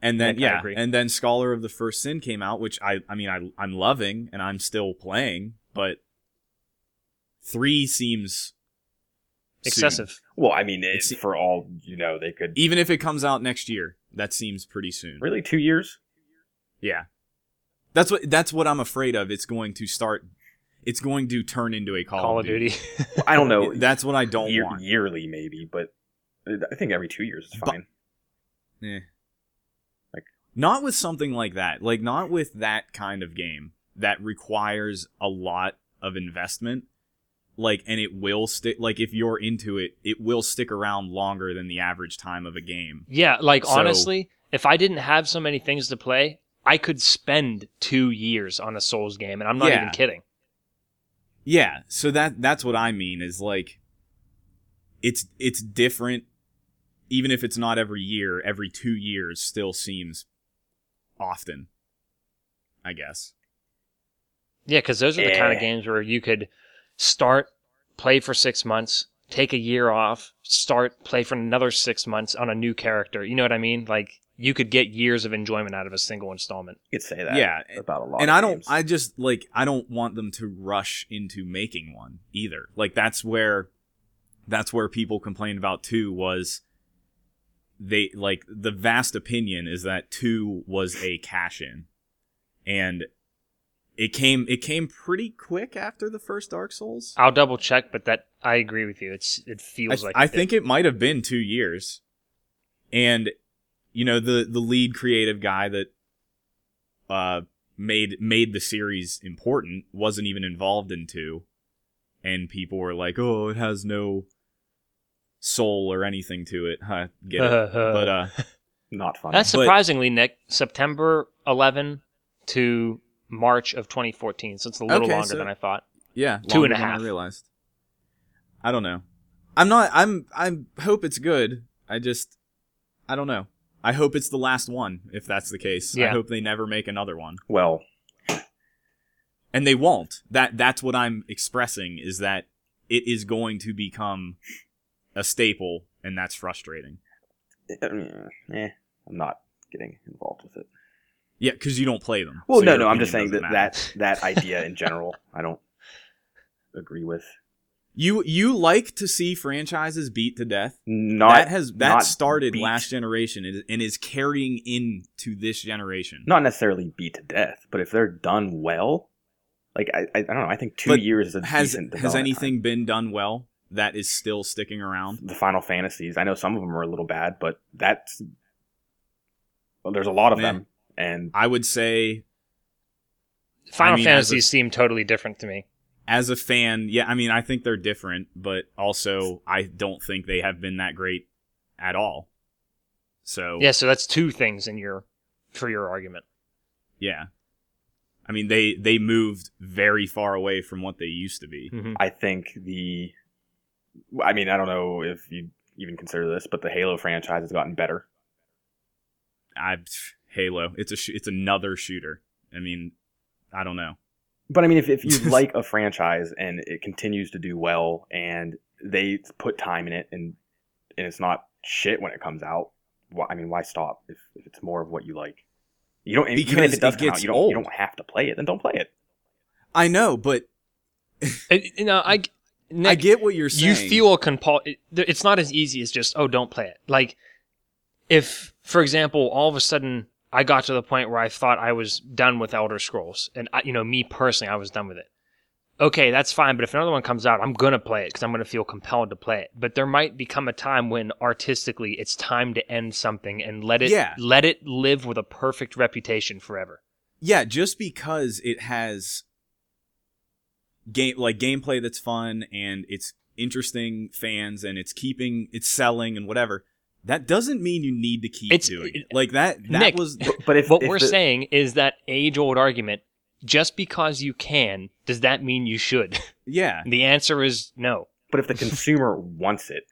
Speaker 2: and then
Speaker 1: I
Speaker 2: yeah,
Speaker 1: agree.
Speaker 2: and then Scholar of the First Sin came out, which I I mean I I'm loving and I'm still playing, but three seems soon.
Speaker 1: Excessive.
Speaker 3: Well, I mean, it,
Speaker 2: It's-
Speaker 3: for all you know, they could
Speaker 2: Even if it comes out next year, that seems pretty soon.
Speaker 3: really two years.
Speaker 2: Yeah. That's what that's what I'm afraid of. It's going to start it's going to turn into a Call,
Speaker 1: Call of Duty.
Speaker 3: Well, I don't know.
Speaker 2: That's what I don't
Speaker 3: year-
Speaker 2: want.
Speaker 3: yearly maybe, but I think every two years is
Speaker 2: But-
Speaker 3: fine.
Speaker 2: Eh.
Speaker 3: Like-
Speaker 2: not with something like that. Like not with that kind of game that requires a lot of investment. Like and it will stick. Like if you're into it, it will stick around longer than the average time of a game.
Speaker 1: yeah, like
Speaker 2: So-
Speaker 1: honestly, if I didn't have so many things to play, I could spend two years on a Souls game, and I'm not
Speaker 2: Yeah.
Speaker 1: even kidding.
Speaker 2: Yeah. So that that's what I mean is like it's it's different. Even if it's not every year, every two years still seems often. I guess.
Speaker 1: Yeah, because those are the kind
Speaker 3: Yeah.
Speaker 1: of games where you could start, play for six months, take a year off, start, play for another six months on a new character. You know what I mean? Like you could get years of enjoyment out of a single installment.
Speaker 3: You could say that.
Speaker 2: Yeah,
Speaker 3: about a lot.
Speaker 2: and
Speaker 3: of
Speaker 2: I don't.
Speaker 3: games.
Speaker 2: I just like I don't want them to rush into making one either. Like that's where, that's where people complained about two was. They like the vast opinion is that two was a cash in, and it came it came pretty quick after the first Dark Souls.
Speaker 1: I'll double check, but that I agree with you. It's it feels
Speaker 2: I,
Speaker 1: like
Speaker 2: I
Speaker 1: it did.
Speaker 2: think it might have been two years, and you know the the lead creative guy that uh made made the series important wasn't even involved in two, and people were like, "Oh, it has no soul or anything to it." Huh, get it? But uh,
Speaker 3: not fun.
Speaker 1: that's
Speaker 2: but-
Speaker 1: surprisingly, Nick. September 11 to March of 2014, so it's a little
Speaker 2: Okay,
Speaker 1: longer
Speaker 2: so-
Speaker 1: than I thought.
Speaker 2: yeah,
Speaker 1: Two and
Speaker 2: longer
Speaker 1: a
Speaker 2: than
Speaker 1: half.
Speaker 2: I realized. I don't know. I'm not. I'm. I hope it's good. I just. I don't know. I hope it's the last one. If that's the case, I
Speaker 1: Yeah.
Speaker 2: hope they never make another one.
Speaker 3: well,
Speaker 2: and they won't that that's what i'm expressing is that it is going to become a staple and that's frustrating
Speaker 3: I mean, eh, I'm not getting involved with it.
Speaker 2: yeah because you don't play them
Speaker 3: Well,
Speaker 2: so
Speaker 3: no,
Speaker 2: your
Speaker 3: no,
Speaker 2: opinion
Speaker 3: I'm just saying that
Speaker 2: doesn't matter.
Speaker 3: that that idea in general, I don't agree with.
Speaker 2: you you like to see franchises beat to death
Speaker 3: Not
Speaker 2: that has that
Speaker 3: not
Speaker 2: started
Speaker 3: beat.
Speaker 2: last generation and- and is carrying into this generation
Speaker 3: not necessarily beat to death, but if they're done well, like I, I, I don't know. I think two
Speaker 2: But
Speaker 3: years is a
Speaker 2: has
Speaker 3: decent
Speaker 2: has
Speaker 3: development
Speaker 2: anything been done well that is still sticking around
Speaker 3: time. The Final Fantasies, I know some of them are a little bad, but that's well, there's a lot of
Speaker 2: Meh.
Speaker 3: them, and
Speaker 2: i would say
Speaker 1: Final
Speaker 2: mean, as a-
Speaker 1: Fantasies seem totally different to me.
Speaker 2: as a fan, yeah, I mean, I think they're different, but also I don't think they have been that great at all. So
Speaker 1: Yeah, so that's two things in your for your argument.
Speaker 2: yeah. I mean, they they moved very far away from what they used to be.
Speaker 3: I think the, I mean, I don't know if you even consider this, but the Halo franchise has gotten better.
Speaker 2: I Halo, it's a sh- it's another shooter. I mean, I don't know.
Speaker 3: But I mean, if, if you like a franchise and it continues to do well and they put time in it and and it's not shit when it comes out, why, I mean, why stop if, if it's more of what you like? You don't even
Speaker 2: Because
Speaker 3: if it does
Speaker 2: it
Speaker 3: come out,
Speaker 2: gets
Speaker 3: you don't you
Speaker 2: old.
Speaker 3: don't have to play it. Then don't play it.
Speaker 2: I know, but
Speaker 1: And, you know, I Nick,
Speaker 2: I get what you're saying.
Speaker 1: you feel a compul. it- th- It's not as easy as just oh, don't play it. Like if, for example, all of a sudden I got to the point where I thought I was done with Elder Scrolls, and I, you know, me personally, I was done with it. Okay, that's fine, but if another one comes out, I'm gonna play it because I'm gonna feel compelled to play it. But there might become a time when artistically it's time to end something and let it
Speaker 2: Yeah.
Speaker 1: let it live with a perfect reputation forever.
Speaker 2: yeah, just because it has game like gameplay that's fun and it's interesting fans and it's keeping it's selling and whatever, that doesn't mean you need to keep
Speaker 1: It's-
Speaker 2: doing it. Like that that
Speaker 1: Nick,
Speaker 2: was
Speaker 3: But, but if
Speaker 1: what
Speaker 3: if
Speaker 1: we're
Speaker 3: the-
Speaker 1: saying is that age old argument just because you can does that mean you should
Speaker 2: yeah.
Speaker 1: the answer is no
Speaker 3: but if the consumer wants it,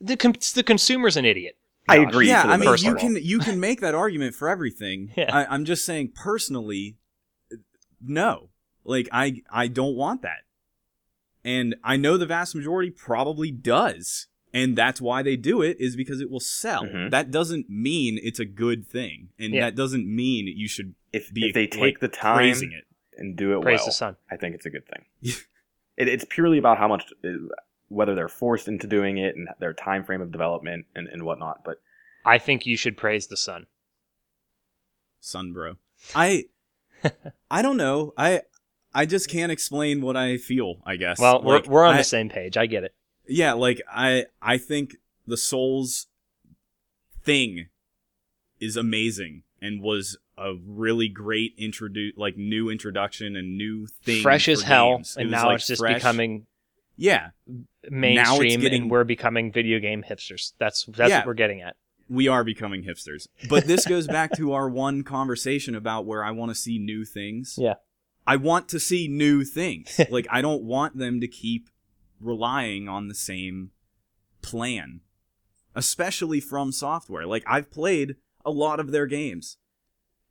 Speaker 1: the, con- the consumer's an idiot
Speaker 3: I agree.
Speaker 2: yeah,
Speaker 3: for the
Speaker 2: I mean,
Speaker 3: most
Speaker 2: you
Speaker 3: part.
Speaker 2: can you can make that argument for everything.
Speaker 1: Yeah.
Speaker 2: I, I'm just saying personally, no. Like I I don't want that, and I know the vast majority probably does, and that's why they do it is because it will sell.
Speaker 3: Mhm.
Speaker 2: That doesn't mean it's a good thing, and
Speaker 1: Mm-hmm. Yeah.
Speaker 2: that doesn't mean you should
Speaker 3: if,
Speaker 2: be
Speaker 3: if they
Speaker 2: like,
Speaker 3: take the time
Speaker 2: praising it.
Speaker 3: and do it
Speaker 1: Praise
Speaker 3: well,
Speaker 1: the sun.
Speaker 3: I think it's a good thing. it, it's purely about how much, uh, whether they're forced into doing it and their time frame of development and, and whatnot. But
Speaker 1: I think you should praise the sun.
Speaker 2: son bro i i don't know i i just can't explain what i feel i guess
Speaker 1: Well, we're,
Speaker 2: Like,
Speaker 1: we're on
Speaker 2: I-
Speaker 1: the same page. I get it.
Speaker 2: yeah like i i think the souls thing is amazing and was a really great introduce like new introduction and new thing
Speaker 1: fresh
Speaker 2: for
Speaker 1: as hell,
Speaker 2: games. It
Speaker 1: and
Speaker 2: was,
Speaker 1: now
Speaker 2: like,
Speaker 1: it's just
Speaker 2: fresh.
Speaker 1: becoming
Speaker 2: yeah
Speaker 1: mainstream,
Speaker 2: getting-
Speaker 1: and we're becoming video game hipsters. That's that's
Speaker 2: Yeah.
Speaker 1: what we're getting at.
Speaker 2: we are becoming hipsters. But this goes back to our one conversation about where I want to see new things.
Speaker 1: Yeah.
Speaker 2: I want to see new things. like I don't want them to keep relying on the same plan, especially from software. Like I've played a lot of their games.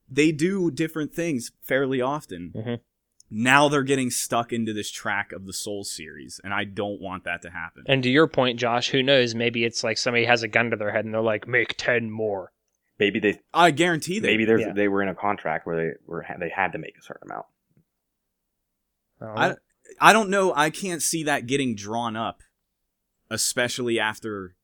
Speaker 2: They do different things fairly often.
Speaker 1: Mhm.
Speaker 2: Now they're getting stuck into this track of the Soul series, and I don't want that to happen.
Speaker 1: And to your point, Josh, who knows? Maybe it's like somebody has a gun to their head and they're like, "Make ten more."
Speaker 3: maybe they,
Speaker 2: I guarantee they
Speaker 3: maybe there's
Speaker 1: yeah.
Speaker 3: they were in a contract where they were they had to make a certain amount.
Speaker 1: I don't
Speaker 2: I-
Speaker 1: know.
Speaker 2: I don't know. I can't see that getting drawn up, especially after,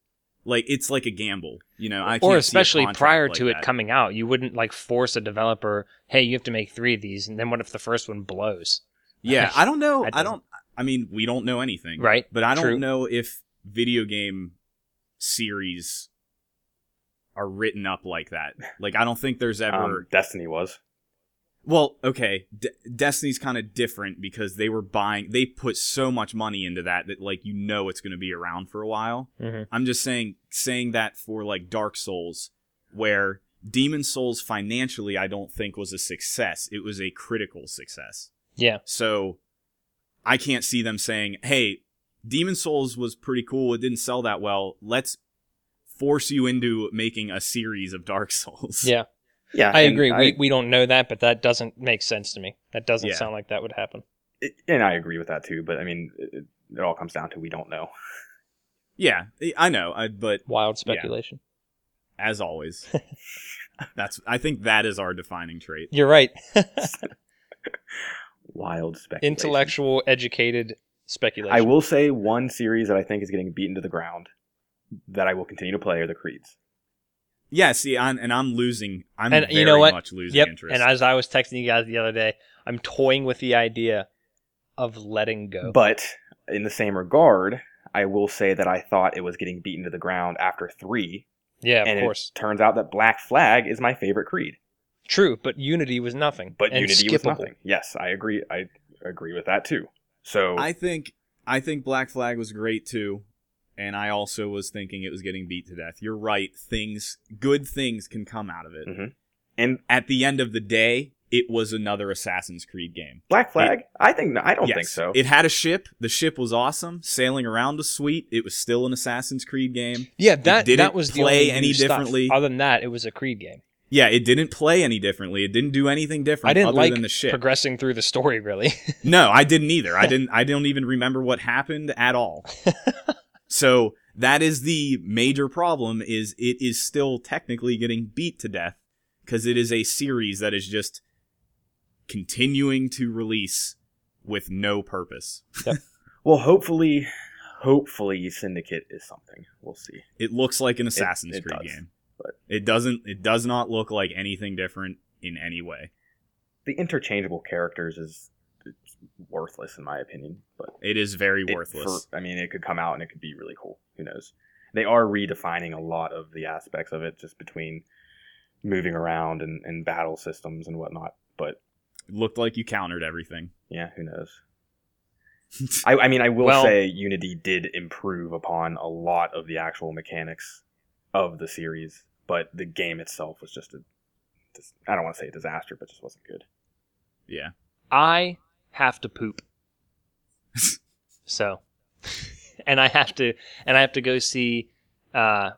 Speaker 2: like it's like a gamble, you know. I
Speaker 1: or
Speaker 2: can't see a
Speaker 1: especially
Speaker 2: contract
Speaker 1: prior
Speaker 2: like
Speaker 1: to it
Speaker 2: that.
Speaker 1: coming out, you wouldn't like force a developer, "Hey, you have to make three of these," and then what if the first one blows?
Speaker 2: Yeah, I don't know.
Speaker 1: That
Speaker 2: I don't. I mean, we don't know anything,
Speaker 1: Right,
Speaker 2: But I don't
Speaker 1: true.
Speaker 2: know if video game series are written up like that. Like, I don't think there's ever.
Speaker 3: Um, Destiny was.
Speaker 2: well, okay, De- Destiny's kind of different because they were buying. They put so much money into that that like you know it's going to be around for a while.
Speaker 1: Mhm.
Speaker 2: I'm just saying saying that for like Dark Souls, where Demon Souls financially I don't think was a success. It was a critical success.
Speaker 1: Yeah.
Speaker 2: So I can't see them saying, "Hey, Demon Souls was pretty cool. It didn't sell that well. Let's force you into making a series of Dark Souls."
Speaker 1: Yeah,
Speaker 3: Yeah,
Speaker 1: I
Speaker 3: and
Speaker 1: agree. we, we don't know that, but that doesn't make sense to me. That doesn't
Speaker 2: Yeah.
Speaker 1: sound like that would happen.
Speaker 3: it- and I agree with that too. But I mean, it, it all comes down to we don't know.
Speaker 2: Yeah, I- I know. I, but
Speaker 1: Wild
Speaker 2: Yeah.
Speaker 1: speculation.
Speaker 2: as always, that's I think that is our defining trait.
Speaker 1: You're right.
Speaker 3: Wild speculation.
Speaker 1: Intellectual, educated speculation.
Speaker 3: I will say one series that I think is getting beaten to the ground that I will continue to play are the Creeds.
Speaker 2: Yeah, see, I'm, and I'm losing. I'm
Speaker 1: And
Speaker 2: very
Speaker 1: you know what?
Speaker 2: much losing
Speaker 1: Yep.
Speaker 2: interest.
Speaker 1: And as I was texting you guys the other day, I'm toying with the idea of letting go.
Speaker 3: But in the same regard, I will say that I thought it was getting beaten to the ground after three,
Speaker 1: yeah, of
Speaker 3: and
Speaker 1: course.
Speaker 3: it turns out that Black Flag is my favorite Creed.
Speaker 1: True, but Unity was nothing.
Speaker 3: But
Speaker 1: and
Speaker 3: Unity
Speaker 1: skippable.
Speaker 3: was nothing. Yes, I agree. I agree with that too. So
Speaker 2: I think I think Black Flag was great too, and I also was thinking it was getting beat to death. You're right. Things, good things can come out of it.
Speaker 3: Mhm. and
Speaker 2: At the end of the day, it was another Assassin's Creed game.
Speaker 3: Black Flag, I think I don't
Speaker 2: yes,
Speaker 3: think so.
Speaker 2: It had a ship. The ship was awesome. Sailing around was sweet. It was still an Assassin's Creed game.
Speaker 1: Yeah, that that
Speaker 2: didn't
Speaker 1: was the
Speaker 2: play
Speaker 1: only new
Speaker 2: any
Speaker 1: stuff.
Speaker 2: differently.
Speaker 1: Other than that, it was a Creed game.
Speaker 2: Yeah, it didn't play any differently. It didn't do anything different
Speaker 1: I didn't
Speaker 2: other
Speaker 1: like
Speaker 2: than the ship.
Speaker 1: progressing through the story really.
Speaker 2: No, I didn't either. I didn't. I don't even remember what happened at all. so that is the major problem. Is it is still technically getting beat to death because it is a series that is just continuing to release with no purpose.
Speaker 3: Well, hopefully, hopefully Syndicate is something. We'll see.
Speaker 2: It looks like an Assassin's
Speaker 3: it
Speaker 2: Creed
Speaker 3: does,
Speaker 2: game.
Speaker 3: but-
Speaker 2: It doesn't. It does not look like anything different in any way.
Speaker 3: The interchangeable characters is it's worthless in my opinion, but
Speaker 2: It is very
Speaker 3: it-
Speaker 2: worthless.
Speaker 3: for- I mean, it could come out and it could be really cool. Who knows? They are redefining a lot of the aspects of it, just between moving around and, and battle systems and whatnot. But
Speaker 2: it looked like you countered everything.
Speaker 3: yeah, who knows? I, I mean, I will
Speaker 1: Well-
Speaker 3: say Unity did improve upon a lot of the actual mechanics of the series, but the game itself was just a. Just, I don't want to say a disaster, but just wasn't good.
Speaker 2: yeah.
Speaker 1: I have to poop. so, and I have to and I have to go see uh,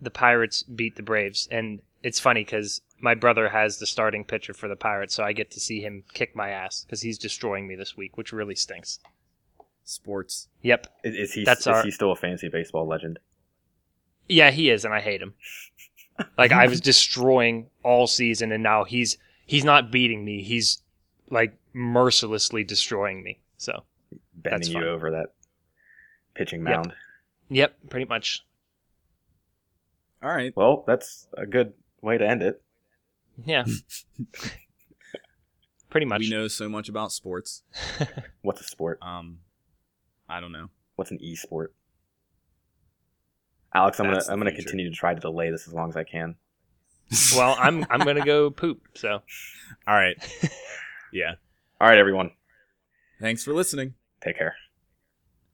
Speaker 1: the Pirates beat the Braves, and it's funny because my brother has the starting pitcher for the Pirates, so I get to see him kick my ass because he's destroying me this week, which really stinks.
Speaker 2: Sports.
Speaker 1: Yep.
Speaker 3: Is, is he
Speaker 1: That's
Speaker 3: is
Speaker 1: our-
Speaker 3: he still a fantasy baseball legend?
Speaker 1: Yeah, he is, and I hate him. Like I was destroying all season, and now he's he's not beating me. He's like mercilessly destroying me. So
Speaker 3: Bending you
Speaker 1: fine.
Speaker 3: over that pitching
Speaker 1: Yep.
Speaker 3: mound.
Speaker 1: yep, pretty much.
Speaker 2: All right.
Speaker 3: Well, that's a good way to end it.
Speaker 1: Yeah, pretty much.
Speaker 2: We know so much about sports.
Speaker 3: What's a sport?
Speaker 2: Um, I don't know.
Speaker 3: What's an e-sport? Alex, I'm
Speaker 2: That's the
Speaker 3: gonna I'm gonna
Speaker 2: future.
Speaker 3: continue to try to delay this as long as I can.
Speaker 1: Well, I'm I'm gonna go poop. So
Speaker 2: All right. Yeah.
Speaker 3: All right, everyone,
Speaker 2: Thanks for listening.
Speaker 3: take care.